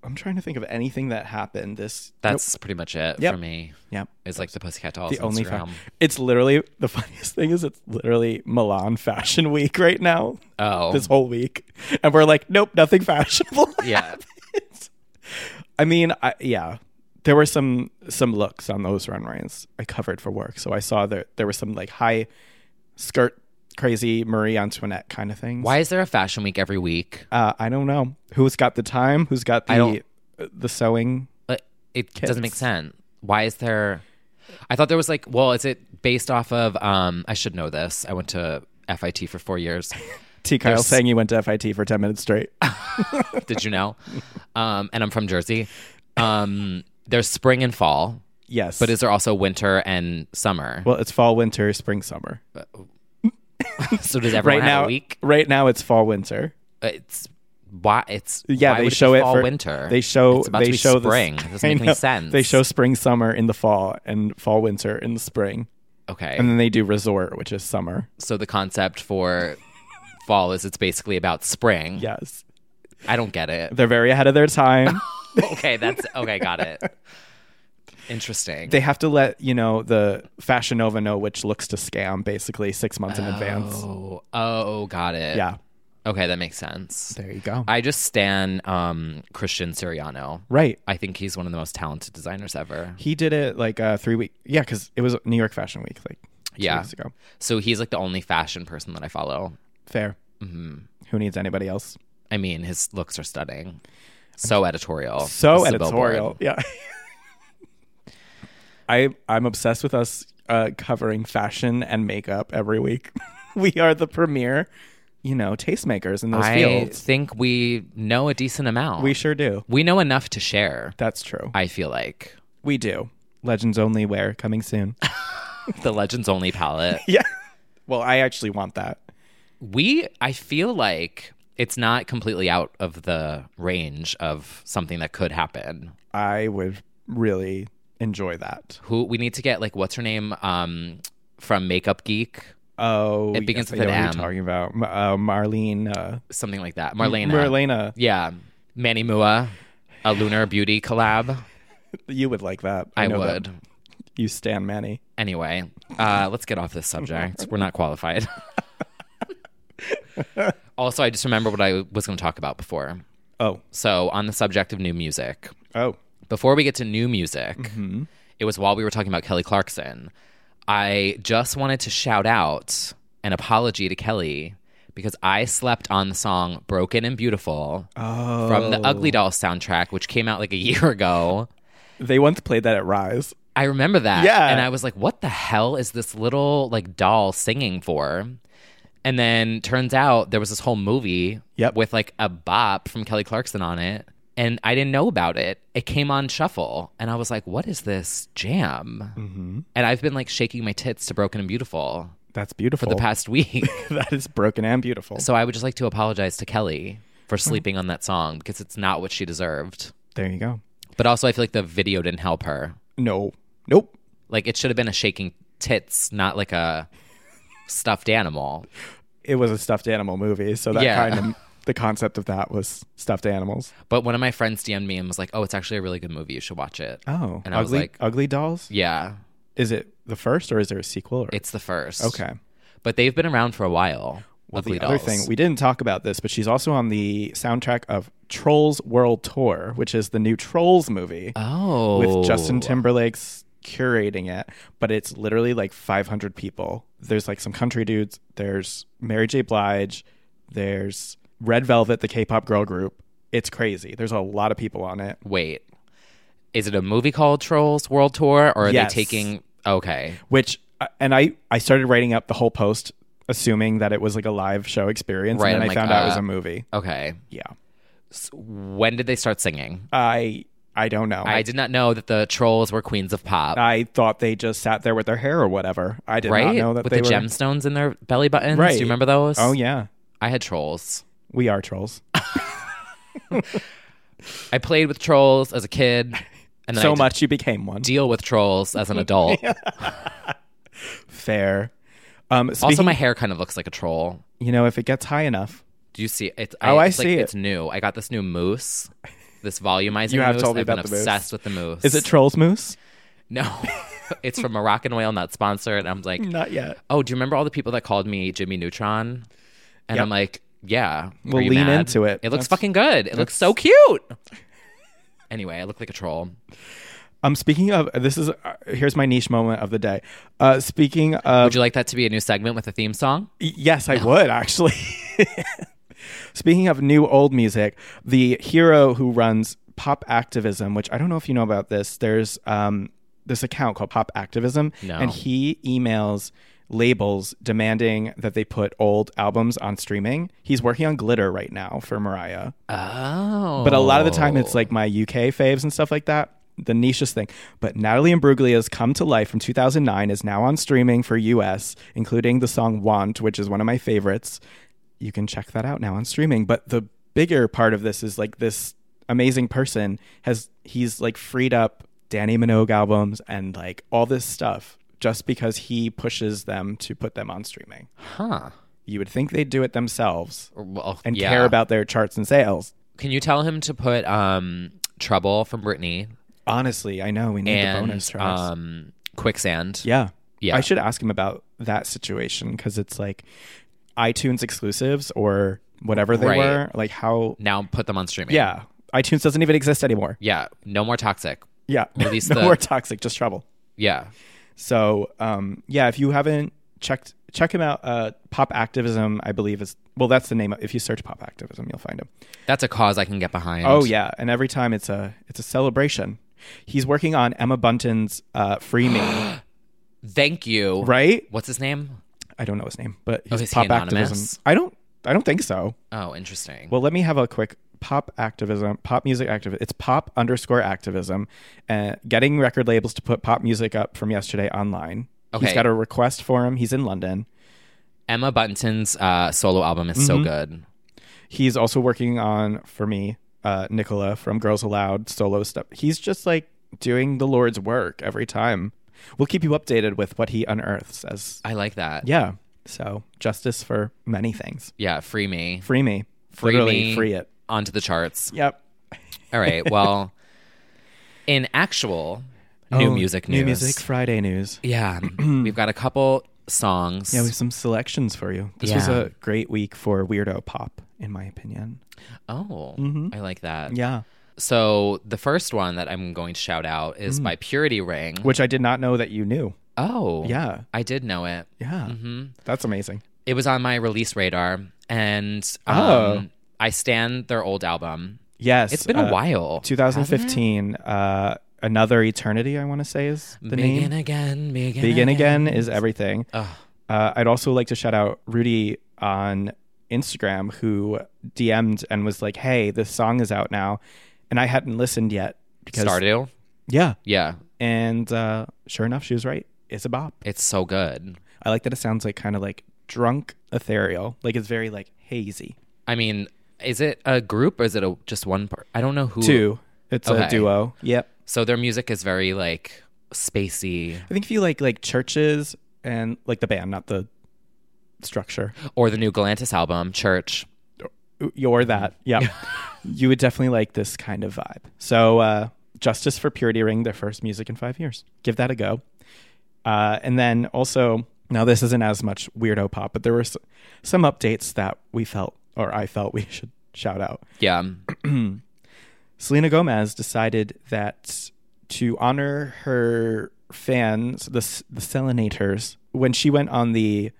I'm trying to think of anything that happened this.
That's
nope.
pretty much it
Yep.
for me.
Yep.
It's like the Pussycat Dolls
the only
Instagram.
fa- It's literally the funniest thing is it's literally Milan Fashion Week right now.
Oh.
this whole week, and we're like, nope, nothing fashionable.
yeah.
I mean, I, yeah, there were some some looks on those runways I covered for work, so I saw that there were some like high skirt, crazy Marie Antoinette kind of things.
Why is there a fashion week every week?
Uh, I don't know who's got the time, who's got
I
the uh, the sewing.
But it
Kids.
doesn't make sense. Why is there? I thought there was like, well, is it based off of? Um, I should know this. I went to FIT for four years.
T. Kyle
There's-
saying you went to FIT for ten minutes straight.
Did you know? Um, and I'm from Jersey. Um, there's spring and fall.
Yes.
But is there also winter and summer?
well, it's fall, winter, spring, summer.
so does everyone
right
have
now,
a week?
right now it's fall, winter.
It's why it's
Yeah,
why
they
would
show
it,
it,
be fall
for
winter.
They show
it's about
they
to be
show the-
spring. It doesn't
I
make
know.
any sense.
They show spring summer in the fall and fall winter in the spring.
Okay.
And then they do resort, which is summer.
so the concept for fall is it's basically about spring.
Yes.
I don't get it.
They're very ahead of their time.
okay, that's okay. Got it. Interesting.
they have to let, you know, the Fashion Nova know which looks to scam basically 6 months in advance.
Oh, oh, got it.
Yeah.
Okay, that makes sense.
There you go.
I just stan um, Christian Siriano.
Right.
I think he's one of the most talented designers ever.
He did it like uh 3 week. Yeah, cuz it was New York Fashion Week like 2
yeah.
weeks ago.
So he's like the only fashion person that I follow.
Fair.
Mhm.
Who needs anybody else?
I mean, his looks are stunning. So editorial.
so
This is a
editorial.
billboard.
Yeah. I I'm obsessed with us uh, covering fashion and makeup every week. we are the premier, you know, tastemakers in those
I
fields.
think we know a decent amount.
We sure do.
we know enough to share.
That's true.
I feel like
We do. Legends only wear coming soon.
the Legends Only palette.
yeah. Well, I actually want that.
we i feel like it's not completely out of the range of something that could happen
I would really enjoy that.
who we need to get like what's her name um from makeup geek
Oh,
It begins
yes,
with
I know
an
who
M.
You're talking about M- uh, Marlene. Uh,
something like that marlena
Marlena.
yeah manny mua a lunar beauty collab
You would like that.
i,
know that.
would
You stand Manny.
anyway uh let's get off this subject we're not qualified also i just remember what i was going to talk about before
Oh.
so on the subject of new music
Oh.
before we get to new music,
Mhm.
it was while we were talking about Kelly Clarkson. I just wanted to shout out an apology to Kelly because I slept on the song Broken and Beautiful
Oh.
from the Ugly Doll soundtrack, which came out like a year ago.
They once played that at Rise.
I remember that.
Yeah.
And I was like, what the hell is this little like doll singing for? And then turns out there was this whole movie
Yep.
with like a bop from Kelly Clarkson on it. And I didn't know about it. It came on shuffle. And I was like, what is this jam?
Mm-hmm.
And I've been like shaking my tits to Broken and Beautiful
That's
for
beautiful.
the past week.
that is broken and beautiful.
so I would just like to apologize to Kelly for
Hmm.
sleeping on that song because it's not what she deserved.
there you go.
But also, I feel like the video didn't help her.
No, nope.
Like it should have been a shaking tits, not like a stuffed animal.
It was a stuffed animal movie, so that
Yeah.
kind of the concept of that was stuffed animals.
But one of my friends DM'd me and was like, "Oh, it's actually a really good movie. You should watch it."
Oh,
and
ugly,
I was like,
ugly dolls.
"Yeah,
Is it the first or is there a sequel? Or
it's the first.
okay.
but they've been around for a while.
Well,
Ugly
the other
Dolls.
thing we didn't talk about this, but she's also on the soundtrack of Trolls World Tour, which is the new Trolls movie
oh,
with Justin Timberlake's curating it. But it's literally like 500 people. There's like some country dudes. There's Mary J. Blige. There's Red Velvet, the K-pop girl group. It's crazy. There's a lot of people on it.
Wait, is it a movie called Trolls World Tour, or are
Yes.
they taking? Okay,
Which uh, and I I started writing up the whole post assuming that it was like a live show experience,
Right,
and then
I'm
I
like,
found out it was
uh,
a movie.
okay.
Yeah.
S when did they start singing?
I I don't know.
I did not know that the trolls were queens of pop.
I thought they just sat there with their hair or whatever. I did
right?
not know that
With
they
the
were
gemstones in their belly buttons.
Right.
Do you remember those?
Oh yeah,
I had trolls.
we are trolls.
I played with trolls as a kid, and then I
so
had to
much you became one.
deal with trolls as an adult.
Fair. Um,
also,
speaking-
my hair kind of looks like a troll.
You know, if it gets high enough,
Do you see it's
Oh, I
it's like-
see it.
It's new. I got this new mousse, this volumizer.
you have
mousse.
told me
I've
about
been
the moose.
obsessed with the mousse.
Is it trolls moose?
No, it's from Moroccan Oil, not sponsored. And I'm like,
Not yet.
Oh, do you remember all the people that called me Jimmy Neutron? And
Yep.
I'm like, yeah.
Well,
Were you
lean
mad?
into it.
It looks
That's-
fucking good. It looks
that's-
so cute. anyway, I look like a troll.
Um, speaking of this is uh, here's my niche moment of the day. Uh, speaking of,
Would you like that to be a new segment with a theme song?
yes, I would actually. speaking of new old music, the hero who runs Pop Activism, which I don't know if you know about this, there's um this account called Pop Activism,
No.
and he emails labels demanding that they put old albums on streaming. He's working on Glitter right now for Mariah.
Oh.
But a lot of the time, it's like my UK faves and stuff like that. The nichest thing. But Natalie Imbruglia's Come to Life from 2009 is now on streaming for US, including the song Want, which is one of my favorites. You can check that out now on streaming. But the bigger part of this is like this amazing person has, he's like freed up Danny Minogue albums and like all this stuff just because he pushes them to put them on streaming.
Huh.
You would think they'd do it themselves
Well,
and
yeah.
care about their charts and sales.
Can you tell him to put um Trouble from Britney
Honestly, I know we need the
and
bonus tracks.
um Quicksand?
yeah,
Yeah.
I should ask him about that situation because it's like iTunes exclusives or whatever they
Right.
were. Like how?
Now put them on streaming.
Yeah, iTunes doesn't even exist anymore.
Yeah. No more toxic.
Yeah,
Release
no
the-
more toxic, just trouble.
Yeah.
So, um, yeah, if you haven't checked, check him out. Uh, Pop Activism, I believe is well, that's the name. Of, if you search Pop Activism, you'll find him.
That's a cause I can get behind.
Oh yeah, and every time it's a it's a celebration. He's working on Emma Bunton's uh, "Free Me,"
Thank you.
right?
What's his name?
I don't know his name, but
Oh,
he's
is he
pop
anonymous?
activism. I don't. I don't think so.
Oh, interesting.
Well, let me have a quick pop activism, pop music activism. It's pop underscore activism, uh, getting record labels to put pop music up from yesterday online.
Okay.
He's got a request for him. He's in London.
Emma Bunton's uh, solo album is
Mm-hmm.
so good.
He's also working on for me, uh, Nicola from Girls Aloud solo stuff. He's just like doing the Lord's work every time. We'll keep you updated with what he unearths as
I like that.
yeah. So justice for many things.
Yeah, free me.
Free me.
Free
Literally
me.
free it.
Onto the charts.
Yep.
All right. Well, in actual new
Oh,
music news.
New music Friday news.
Yeah. we've got a couple songs.
Yeah, we have some selections for you. This was
Yeah.
a great week for weirdo pop, in my opinion.
oh, I like that.
Mm-hmm. Yeah.
So the first one that I'm going to shout out
Mm.
is by Purity Ring.
Which I did not know that you knew.
Oh.
Yeah.
I did know it. Mm.
Yeah.
Mm-hmm.
That's amazing.
It was on my release radar and um,
Oh. uh,
I stand their old album.
Yes.
It's been a while,
2015. Uh, Another Eternity, I want to say, is the
begin
name.
again, begin,
Begin Again is everything.
Ugh.
Uh, I'd also like to shout out Rudy on Instagram, who DM'd and was like, hey, this song is out now. And I hadn't listened yet. Because,
Stardew.
Yeah.
Yeah,
And uh, sure enough, she was right. It's a bop.
it's so good.
I like that it sounds like kind of like drunk ethereal. Like it's very like hazy.
I mean, is it a group or is it a just one part? I don't know who.
Two. It's
Okay.
a duo. Yep.
So their music is very like spacey,
I think if you like like churches and like the band, not the structure.
or the new Galantis album, Church.
You're that. Yeah. you would definitely like this kind of vibe. So uh Justice for Purity Ring, their first music in five years. Give that a go. Uh and then also now this isn't as much weirdo pop, but there were s- some updates that we felt or I felt we should shout out.
Yeah,
Selena Gomez decided that to honor her fans, the the Selenators, when she went on the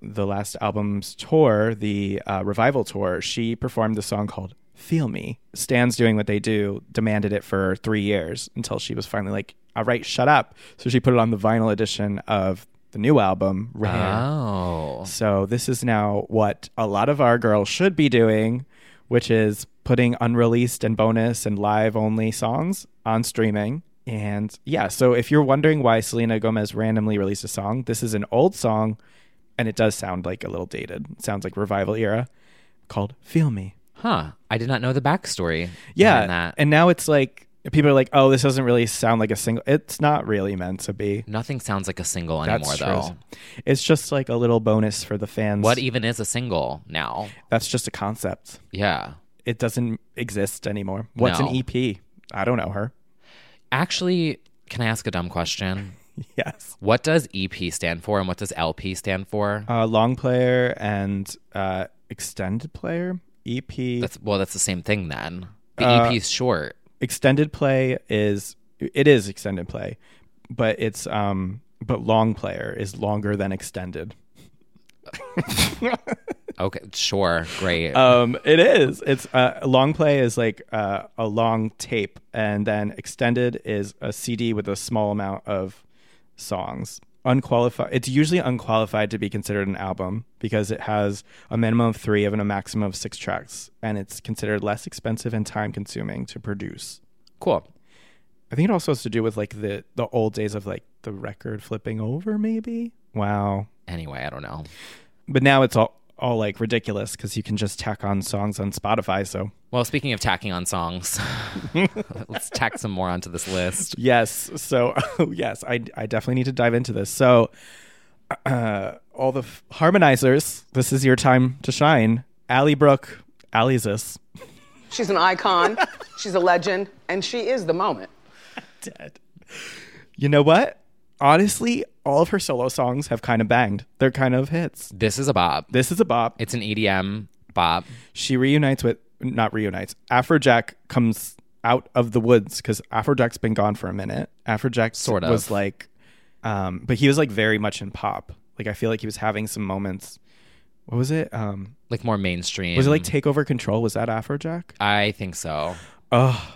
the last album's tour, the uh, revival tour, she performed the song called "Feel Me." Stan's doing what they do, demanded it for three years until she was finally like, "All right, shut up." So she put it on the vinyl edition of the new album, Rare.
Oh,
So this is now what a lot of our girls should be doing, which is putting unreleased and bonus and live only songs on streaming. And yeah, so if you're wondering why Selena Gomez randomly released a song, this is an old song and it does sound like a little dated. It sounds like revival era called Feel Me.
huh. I did not know the backstory.
Yeah.
behind that
And now it's like people are like, "Oh, this doesn't really sound like a single." It's not really meant to be.
Nothing sounds like a single anymore,
That's
though.
true. It's just like a little bonus for the fans.
What e- even is a single now?
That's just a concept.
Yeah.
It doesn't exist anymore. What's
No.
an EP? I don't know her.
Actually, can I ask a dumb question?
yes.
What does EP stand for and what does LP stand for?
Uh, long player and uh, extended player. E EP.
That's well, that's the same thing then. The
Uh,
EP is short.
extended play is it is extended play, but it's um but long player is longer than extended.
Okay, sure, great.
um, it is. It's uh, a long play is like uh, a long tape, and then extended is a CD with a small amount of songs. Unqualified. It's usually unqualified to be considered an album because it has a minimum of three and a maximum of six tracks, and it's considered less expensive and time consuming to produce.
Cool.
I think it also has to do with like the the old days of like the record flipping over, maybe. Wow.
Anyway, I don't know.
But now it's all all like ridiculous because you can just tack on songs on Spotify. So
Well, speaking of tacking on songs, let's tack some more onto this list.
Yes. So yes, I I definitely need to dive into this. So uh, all the f- harmonizers, this is your time to shine. Allie Brooke, Alliesis.
She's an icon, she's a legend, and she is the moment.
Dead. You know what? Honestly, all of her solo songs have kind of banged. They're kind of hits.
This is a bop.
This is a bop.
It's an E EDM bop.
She reunites with not reunites. Afrojack comes out of the woods because Afrojack's been gone for a minute. Afrojack
Sort of.
was like, um, but he was like very much in pop. Like I feel like he was having some moments. What was it? Um,
Like more mainstream.
was it like Take Over Control? Was that Afrojack?
I think so.
Oh,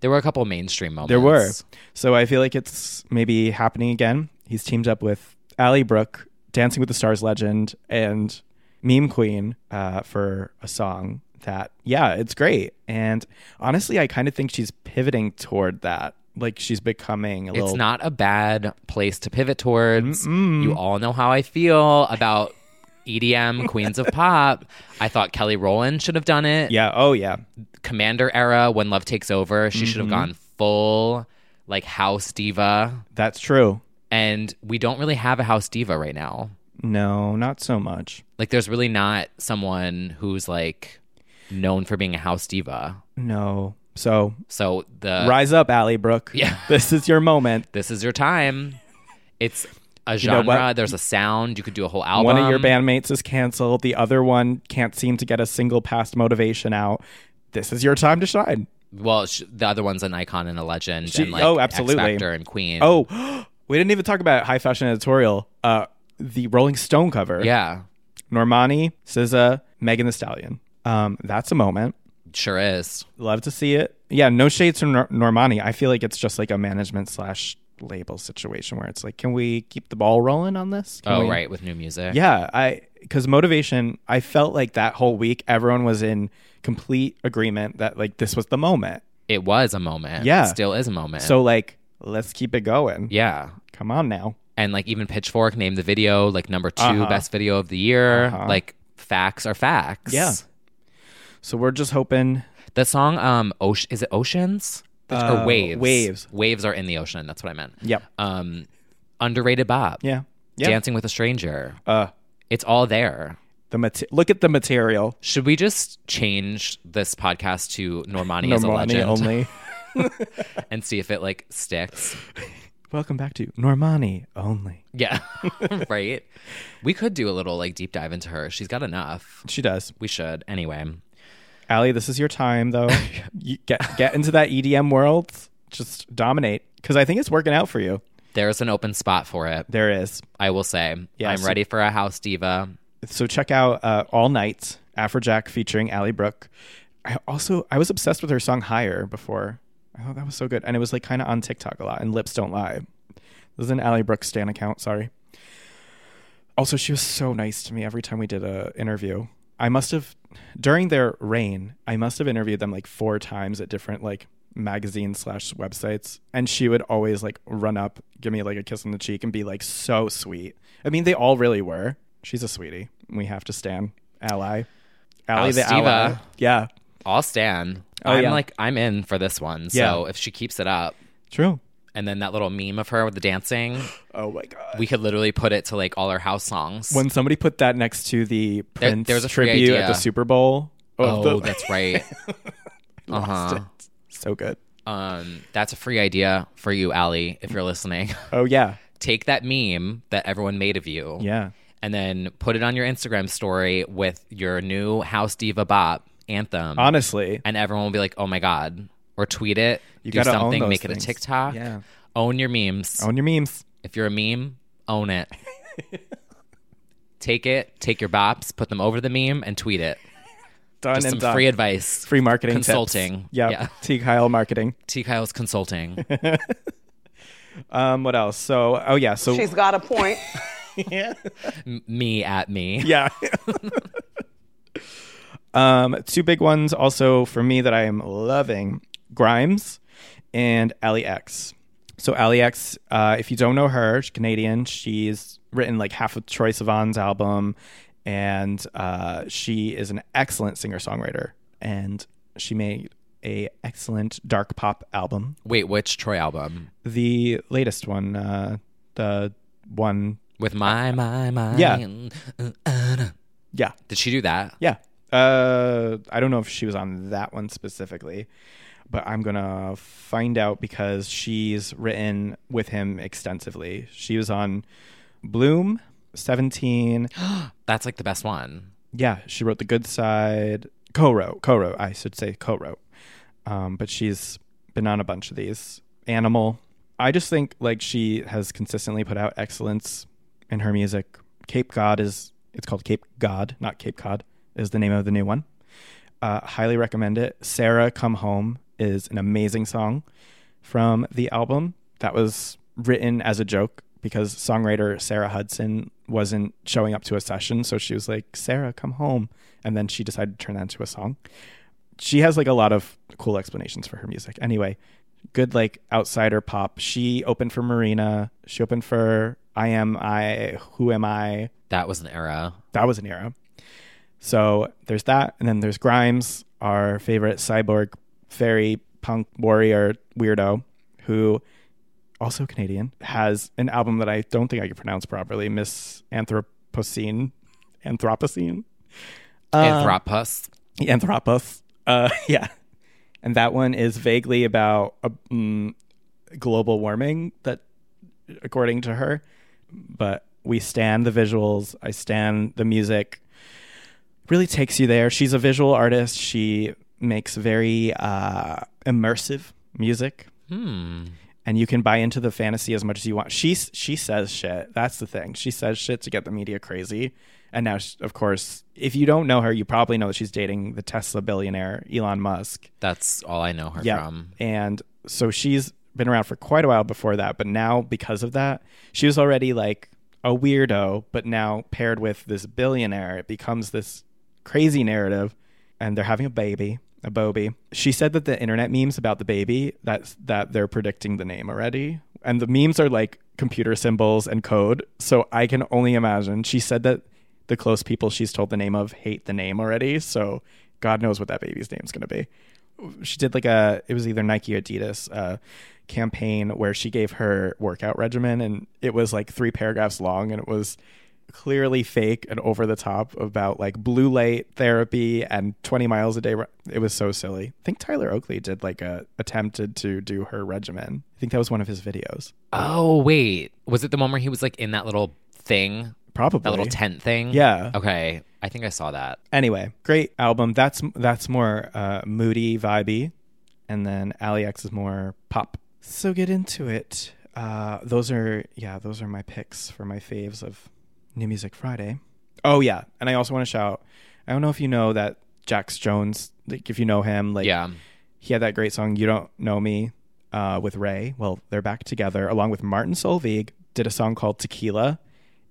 There were a couple mainstream moments.
there were. So I feel like it's maybe happening again. He's teamed up with Allie Brooke, Dancing with the Stars legend, and Meme Queen uh, for a song that, yeah, it's great. And honestly, I kind of think she's pivoting toward that. Like she's becoming a
It's
little.
not a bad place to pivot towards. You all know how I feel about EDM Queens of Pop. I thought Kelly Rowland should have done it.
Yeah. Oh, yeah.
Commander era, when love takes over, she should have
Mhm.
gone full like house diva.
That's true.
And we don't really have a house diva right now.
No, not so much.
Like, there's really not someone who's like known for being a house diva.
No. So
So the
rise up, Allie Brooke. Yeah. This is your moment.
This is your time. It's a
You know
genre.
what?
there's a sound. You could do a whole album.
One of your bandmates is canceled. The other one can't seem to get a single past motivation out. This is your time to shine.
Well, sh- the other one's an icon and a legend.
She-
and like
oh, absolutely.
X Factor and Queen.
Oh, we didn't even talk about high fashion editorial. Uh, the Rolling Stone cover.
Yeah.
Normani, SZA, Megan The Stallion. Um, that's a moment.
Sure is.
Love to see it. Yeah, no shades from Nor- Normani. I feel like it's just like a management slash label situation where it's like, can we keep the ball rolling on this? Can
Oh,
we-
right, with new music.
Yeah, I because motivation. I felt like that whole week, everyone was in complete agreement that like this was the moment.
It was a moment.
Yeah.
It still is a moment.
So like, let's keep it going.
yeah.
Come on now.
And like even Pitchfork named the video like number 2
Uh-huh.
best video of the year.
Uh-huh.
Like facts are facts.
Yeah. So we're just hoping.
The song um Oce- is it Oceans?
Uh,
or Waves?
Waves.
Waves are in the ocean. That's what I meant.
Yep.
Um underrated Bob.
Yeah. Yeah.
Dancing with a Stranger.
Uh,
It's all there.
the mate- look at the material.
Should we just change this podcast to Normani, is a
Normani
legend
only.
and see if it like sticks?
Welcome back to Normani only.
Yeah. right. We could do a little like deep dive into her. She's got enough.
She does.
We should. Anyway.
Allie, this is your time though. you get get into that EDM world. Just dominate because I think it's working out for you.
There's an open spot for it.
There is.
I will say.
Yeah,
I'm
so-
ready for a house diva.
So check out uh, All Night, Afrojack featuring Allie Brooke. I also I was obsessed with her song Higher before. I thought that was so good, and it was like kind of on TikTok a lot. And Lips Don't Lie. This is an Allie Brooke stan account. Sorry. Also, she was so nice to me every time we did a interview. I must have during their reign, I must have interviewed them like four times at different like magazine slash websites, and she would always like run up, give me like a kiss on the cheek, and be like so sweet. I mean, they all really were. She's a sweetie. We have to stand ally, ally
House
the
diva.
ally. Yeah,
I'll stand.
Oh,
I'm
yeah.
like, I'm in for this one. So
Yeah.
if she keeps it up,
True.
and then that little meme of her with the dancing,
oh my god,
we could literally put it to like all our house songs.
When somebody put that next to the
There-
Prince
there was a free
tribute
idea.
at the Super Bowl. of
Oh,
the-
that's right.
Lost
Uh-huh.
it. So good.
Um, that's a free idea for you, Allie, if you're listening.
Oh yeah,
Take that meme that everyone made of you.
yeah.
And then put it on your Instagram story with your new House Diva Bop anthem.
Honestly,
And everyone will be like, oh my God. Or tweet it.
You
do
gotta own
something.
those
make it a
things.
TikTok.
Yeah.
Own your memes.
Own your memes.
If you're a meme, own it. take it, take your bops, put them over the meme, and tweet it.
done
Just
and
some
done.
free advice.
free marketing, tips.
Consulting.
Yeah,
Yeah.
T Kyle marketing.
T. Kyle's consulting.
Um, what else? So, oh yeah, so
She's got a point.
yeah.
M- me at me.
yeah. um, two big ones also for me that I am loving: Grimes and Ali X. So Ali X, uh, if you don't know her, she's Canadian. She's written like half of Troy Sivan's album, and uh, she is an excellent singer songwriter. And she made a excellent dark pop album,
Wait, which Troy album?
the latest one, uh, the one,
With my, my, my.
Uh,
Uh,
Yeah. yeah,
Did she do that?
Yeah. Uh, I don't know if she was on that one specifically, but I'm going to find out because she's written with him extensively. She was on Bloom 17.
That's like the best one.
yeah, she wrote The Good Side, co wrote, co wrote, I should say co wrote. Um, but she's been on a bunch of these. Animal. I just think like she has consistently put out excellence in her music. Cape God is, it's called Cape God, not Cape Cod, is the name of the new one. Uh, highly recommend it. Sarah Come Home is an amazing song from the album that was written as a joke because songwriter Sarah Hudson wasn't showing up to a session. So she was like, Sarah, come home. And then she decided to turn that into a song. She has like a lot of cool explanations for her music. Anyway, good like outsider pop. She opened for Marina. She opened for I Am I, Who Am I?
That was an era.
That was an era. So there's that. And then there's Grimes, our favorite cyborg fairy punk warrior weirdo, who also Canadian, has an album that I don't think I could pronounce properly, Miss Anthropocene. Anthropocene? Uh,
Anthropus.
Anthropos. Uh, yeah. And that one is vaguely about uh, mm, global warming, that according to her. But we stand the visuals. I stand the music. Really takes you there. She's a visual artist. She makes very uh, immersive music,
Hmm.
and you can buy into the fantasy as much as you want. She she says shit. That's the thing. She says shit to get the media crazy. And now, she- of course, if you don't know her, you probably know that she's dating the Tesla billionaire Elon Musk.
That's all I know her from.
And so she's been around for quite a while before that, but now because of that, she was already like a weirdo, but now paired with this billionaire, it becomes this crazy narrative and they're having a baby, a Bobby. She said that the internet memes about the baby, that's that they're predicting the name already. And the memes are like computer symbols and code. So I can only imagine. She said that the close people she's told the name of hate the name already. So God knows what that baby's name's going to be she did like a it was either Nike or Adidas uh, campaign where she gave her workout regimen and it was like three paragraphs long and it was clearly fake and over the top about like blue light therapy and 20 miles a day ru- it was so silly i think tyler oakley did like a attempted to do her regimen i think that was one of his videos
Oh, wait. Was it the one where he was like in that little thing?
probably
That little tent thing?
Yeah.
Okay. I think I saw that.
anyway great album that's that's more uh, moody vibey and then Ali X is more pop so get into it uh, those are yeah those are my picks for my faves of new music friday oh yeah and i also want to shout i don't know if you know that jax jones like if you know him like
yeah.
he had that great song you don't know me uh, with ray well they're back together along with martin solvig did a song called tequila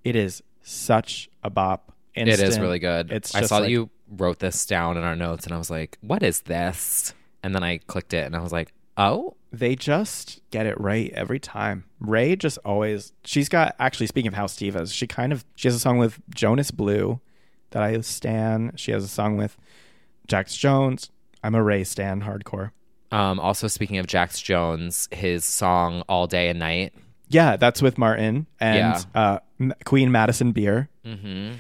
it is such a bop
It is
Instant.
really good.
it's
I
just
saw that
like-
you wrote this down in our notes and I was like, what is this? And then I clicked it and I was like, oh,
they just get it right every time. Ray just always she's got actually speaking of house divas, she kind of she has a song with Jonas Blue that I stan. She has a song with Jax Jones. I'm a Ray Stan hardcore.
Um, also, speaking of Jax Jones, his song All Day and Night.
Yeah, that's with Martin and uh, M- Queen Madison Beer.
Mm-hmm.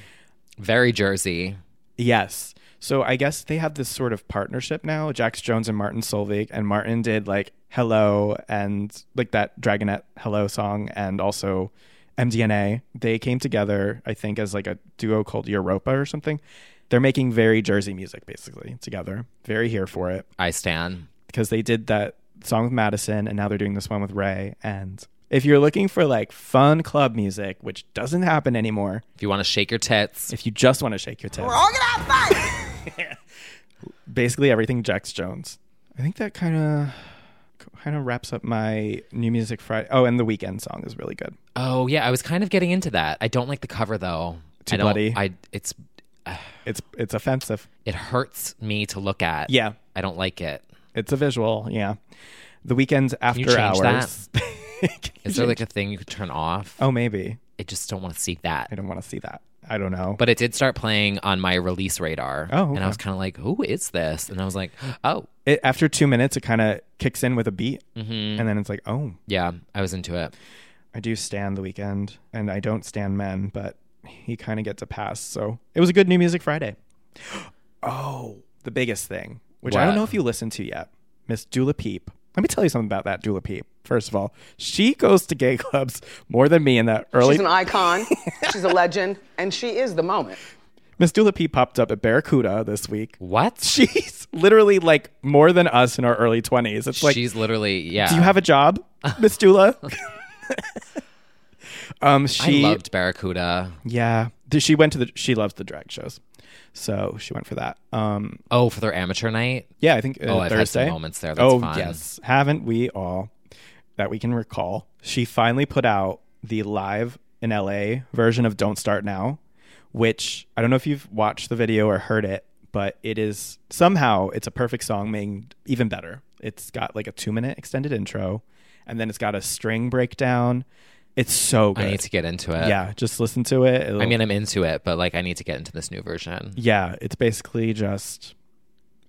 Very Jersey.
Yes. So I guess they have this sort of partnership now, Jax Jones and Martin Solveig. And Martin did like Hello and like that Dragonette Hello song and also MDNA. They came together, I think, as like a duo called Europa or something. They're making very Jersey music basically together. Very here for it.
I stand.
Because they did that song with Madison and now they're doing this one with Ray. And if you're looking for like fun club music, which doesn't happen anymore,
If you want to shake your tits,
if you just want to shake your tits,
We're all gonna have fun.
basically everything Jax Jones. I think that kind of kind of wraps up my new music Friday. Oh, and the weekend song is really good.
Oh yeah, I was kind of getting into that. I don't like the cover though.
Too
I don't,
bloody.
I it's
It's it's offensive.
it hurts me to look at.
Yeah.
I don't like it.
It's a visual. Yeah, the weekend's after
Can you change
hours.
that? Is there like a thing you could turn off?
Oh, maybe.
I just don't want to see that.
I don't want to see that. I don't know.
But it did start playing on my release radar.
Oh,
and
okay.
I was kind of like, "Who is this?" And I was like, "Oh,
It, after two minutes, it kind of kicks in with a beat,
Mhm.
and then it's like, oh,
yeah." I was into it.
I do stand the weekend, and I don't stand men, but he kind of gets a pass. So it was a good New Music Friday. oh, the biggest thing, which I don't
What?
know if you listened to yet, Miss Dula Peep. Let me tell you something about that Dula Peep. First of all, she goes to gay clubs more than me in that early.
She's an icon, she's a legend, and she is the moment.
Miss Dula Peep popped up at Barracuda this week.
What?
She's literally like more than us in our early 20s. It's like,
She's literally, yeah.
do you have a job, Miss Dula? um, she
I loved Barracuda.
Yeah. Th- She went to the she loves the drag shows. So she went for that. Um
Oh, for their amateur night.
yeah, I think uh,
Oh, I've had some
Thursday.
moments there. That's
oh,
fun.
yes. Haven't we all that we can recall. She finally put out the live in LA version of Don't Start Now, which I don't know if you've watched the video or heard it, but it is somehow it's a perfect song made even better. It's got like a 2-minute extended intro and then it's got a string breakdown. It's so good.
I need to get into it.
yeah, just listen to it. It'll-
I mean, I'm into it, but like, I need to get into this new version.
yeah, it's basically just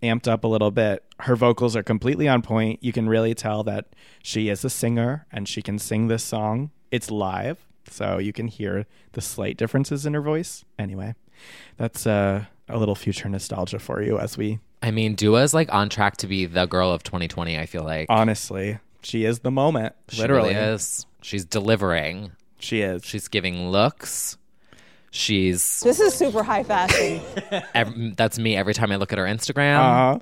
amped up a little bit. Her vocals are completely on point. You can really tell that she is a singer and she can sing this song. It's live, so you can hear the slight differences in her voice. Anyway, that's uh, a little future nostalgia for you as we
I mean, Dua is like on track to be the girl of 2020. I feel like
honestly, she is the moment.
She really
literally.
is. She's delivering.
She is.
She's giving looks. She's
This is super high fashion.
ev- that's me every time I look at her Instagram.
Uh-huh.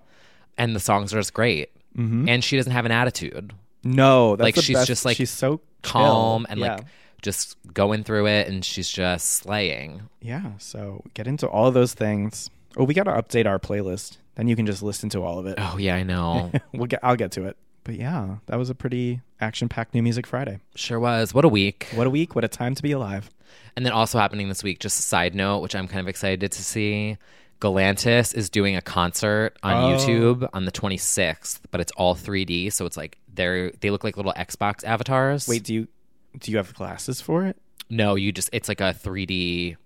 And the songs are just great.
Mhm.
And she doesn't have an attitude.
No, that's
like
the
she's
best.
just like
she's so chill.
calm and
Yeah.
like just going through it, and she's just slaying.
Yeah, so get into all of those things. Oh, we got to update our playlist. Then you can just listen to all of it.
Oh yeah, I know.
we'll get I'll get to it. But yeah, that was a pretty action-packed new music Friday.
sure was. What a week.
What a week, what a time to be alive.
And then also happening this week, just a side note, which I'm kind of excited to see. Galantis is doing a concert on
Oh.
YouTube on the 26th, but it's all 3D, so it's like they're they look like little Xbox avatars.
Wait, do you do you have glasses for it?
no, you just it's like a 3D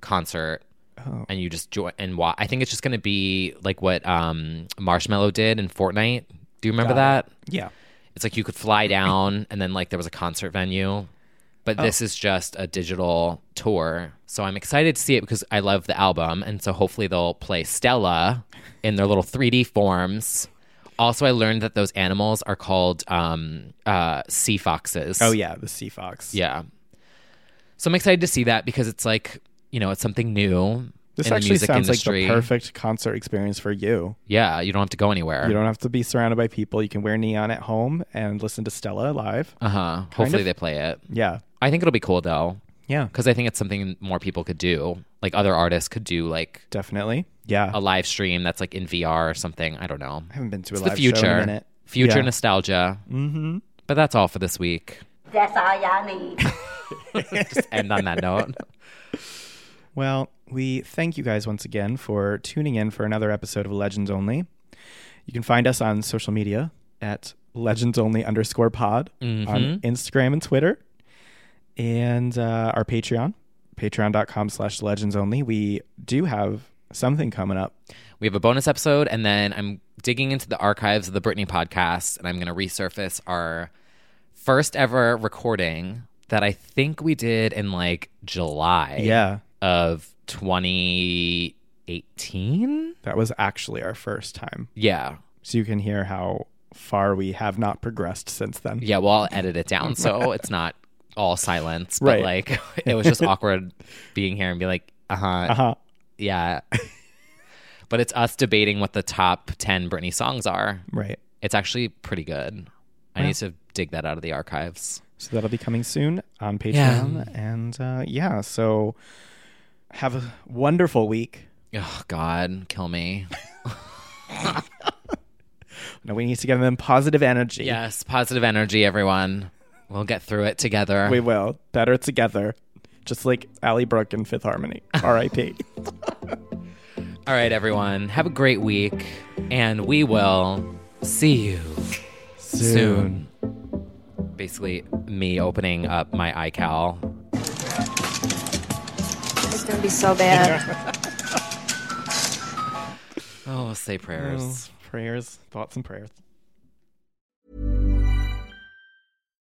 concert,
Oh.
and you just join and watch. I think it's just gonna be like what um, Marshmallow did in Fortnite. Do you remember
Got
that?
Yeah.
It's like you could fly down, and then like there was a concert venue. But this
Oh.
is just a digital tour. So I'm excited to see it because I love the album. And so hopefully they'll play Stella in their little 3D forms. Also, I learned that those animals are called um, uh, sea foxes.
Oh yeah, the Sea Fox.
Yeah. So I'm excited to see that because it's like, you know, it's something new
This
in the
actually
music
sounds
industry.
like the perfect concert experience for you.
yeah, you don't have to go anywhere.
You don't have to be surrounded by people. You can wear neon at home and listen to Stella live.
uh huh. Hopefully
of.
they play it.
Yeah.
I think it'll be cool though.
Yeah.
because I think it's something more people could do. Like other artists could do, like
Definitely. Yeah.
a live stream that's like in VR or something. I don't know.
I haven't been to a
It's
live
the
show in a
future,
minute.
future
Yeah.
nostalgia.
Mm-hmm.
But that's all for this week.
That's all y'all need.
Just end on that note.
Well, we thank you guys once again for tuning in for another episode of Legends Only. You can find us on social media at Legends Only underscore pod on
Mhm.
Instagram and Twitter, and uh, our Patreon, patreon.com slash legends only. We do have something coming up.
We have a bonus episode, and then I'm digging into the archives of the Britney podcast, and I'm going to resurface our first ever recording that I think we did in like July
Yeah.
of 2018.
That was actually our first time.
Yeah.
So you can hear how far we have not progressed since then.
Yeah, well, I'll edit it down so it's not all silence, but
Right.
like it was just awkward being here and be like, uh huh,
Uh-huh.
yeah. but it's us debating what the top 10 Britney songs are.
Right.
It's actually pretty good. I
Yeah.
need to dig that out of the archives.
So that'll be coming soon on Patreon.
Yeah.
And uh, yeah, so have a wonderful week.
Oh, God, kill me.
Now we need to give them positive energy.
Yes, positive energy, everyone. We'll get through it together.
We will. Better together. Just like Allie Brooke and Fifth Harmony. R.I.P.
All right, everyone. Have a great week, and we will see you soon. Basically, me opening up my iCal.
It's gonna be so bad.
Oh, say prayers.
Oh, prayers. Thoughts and prayers.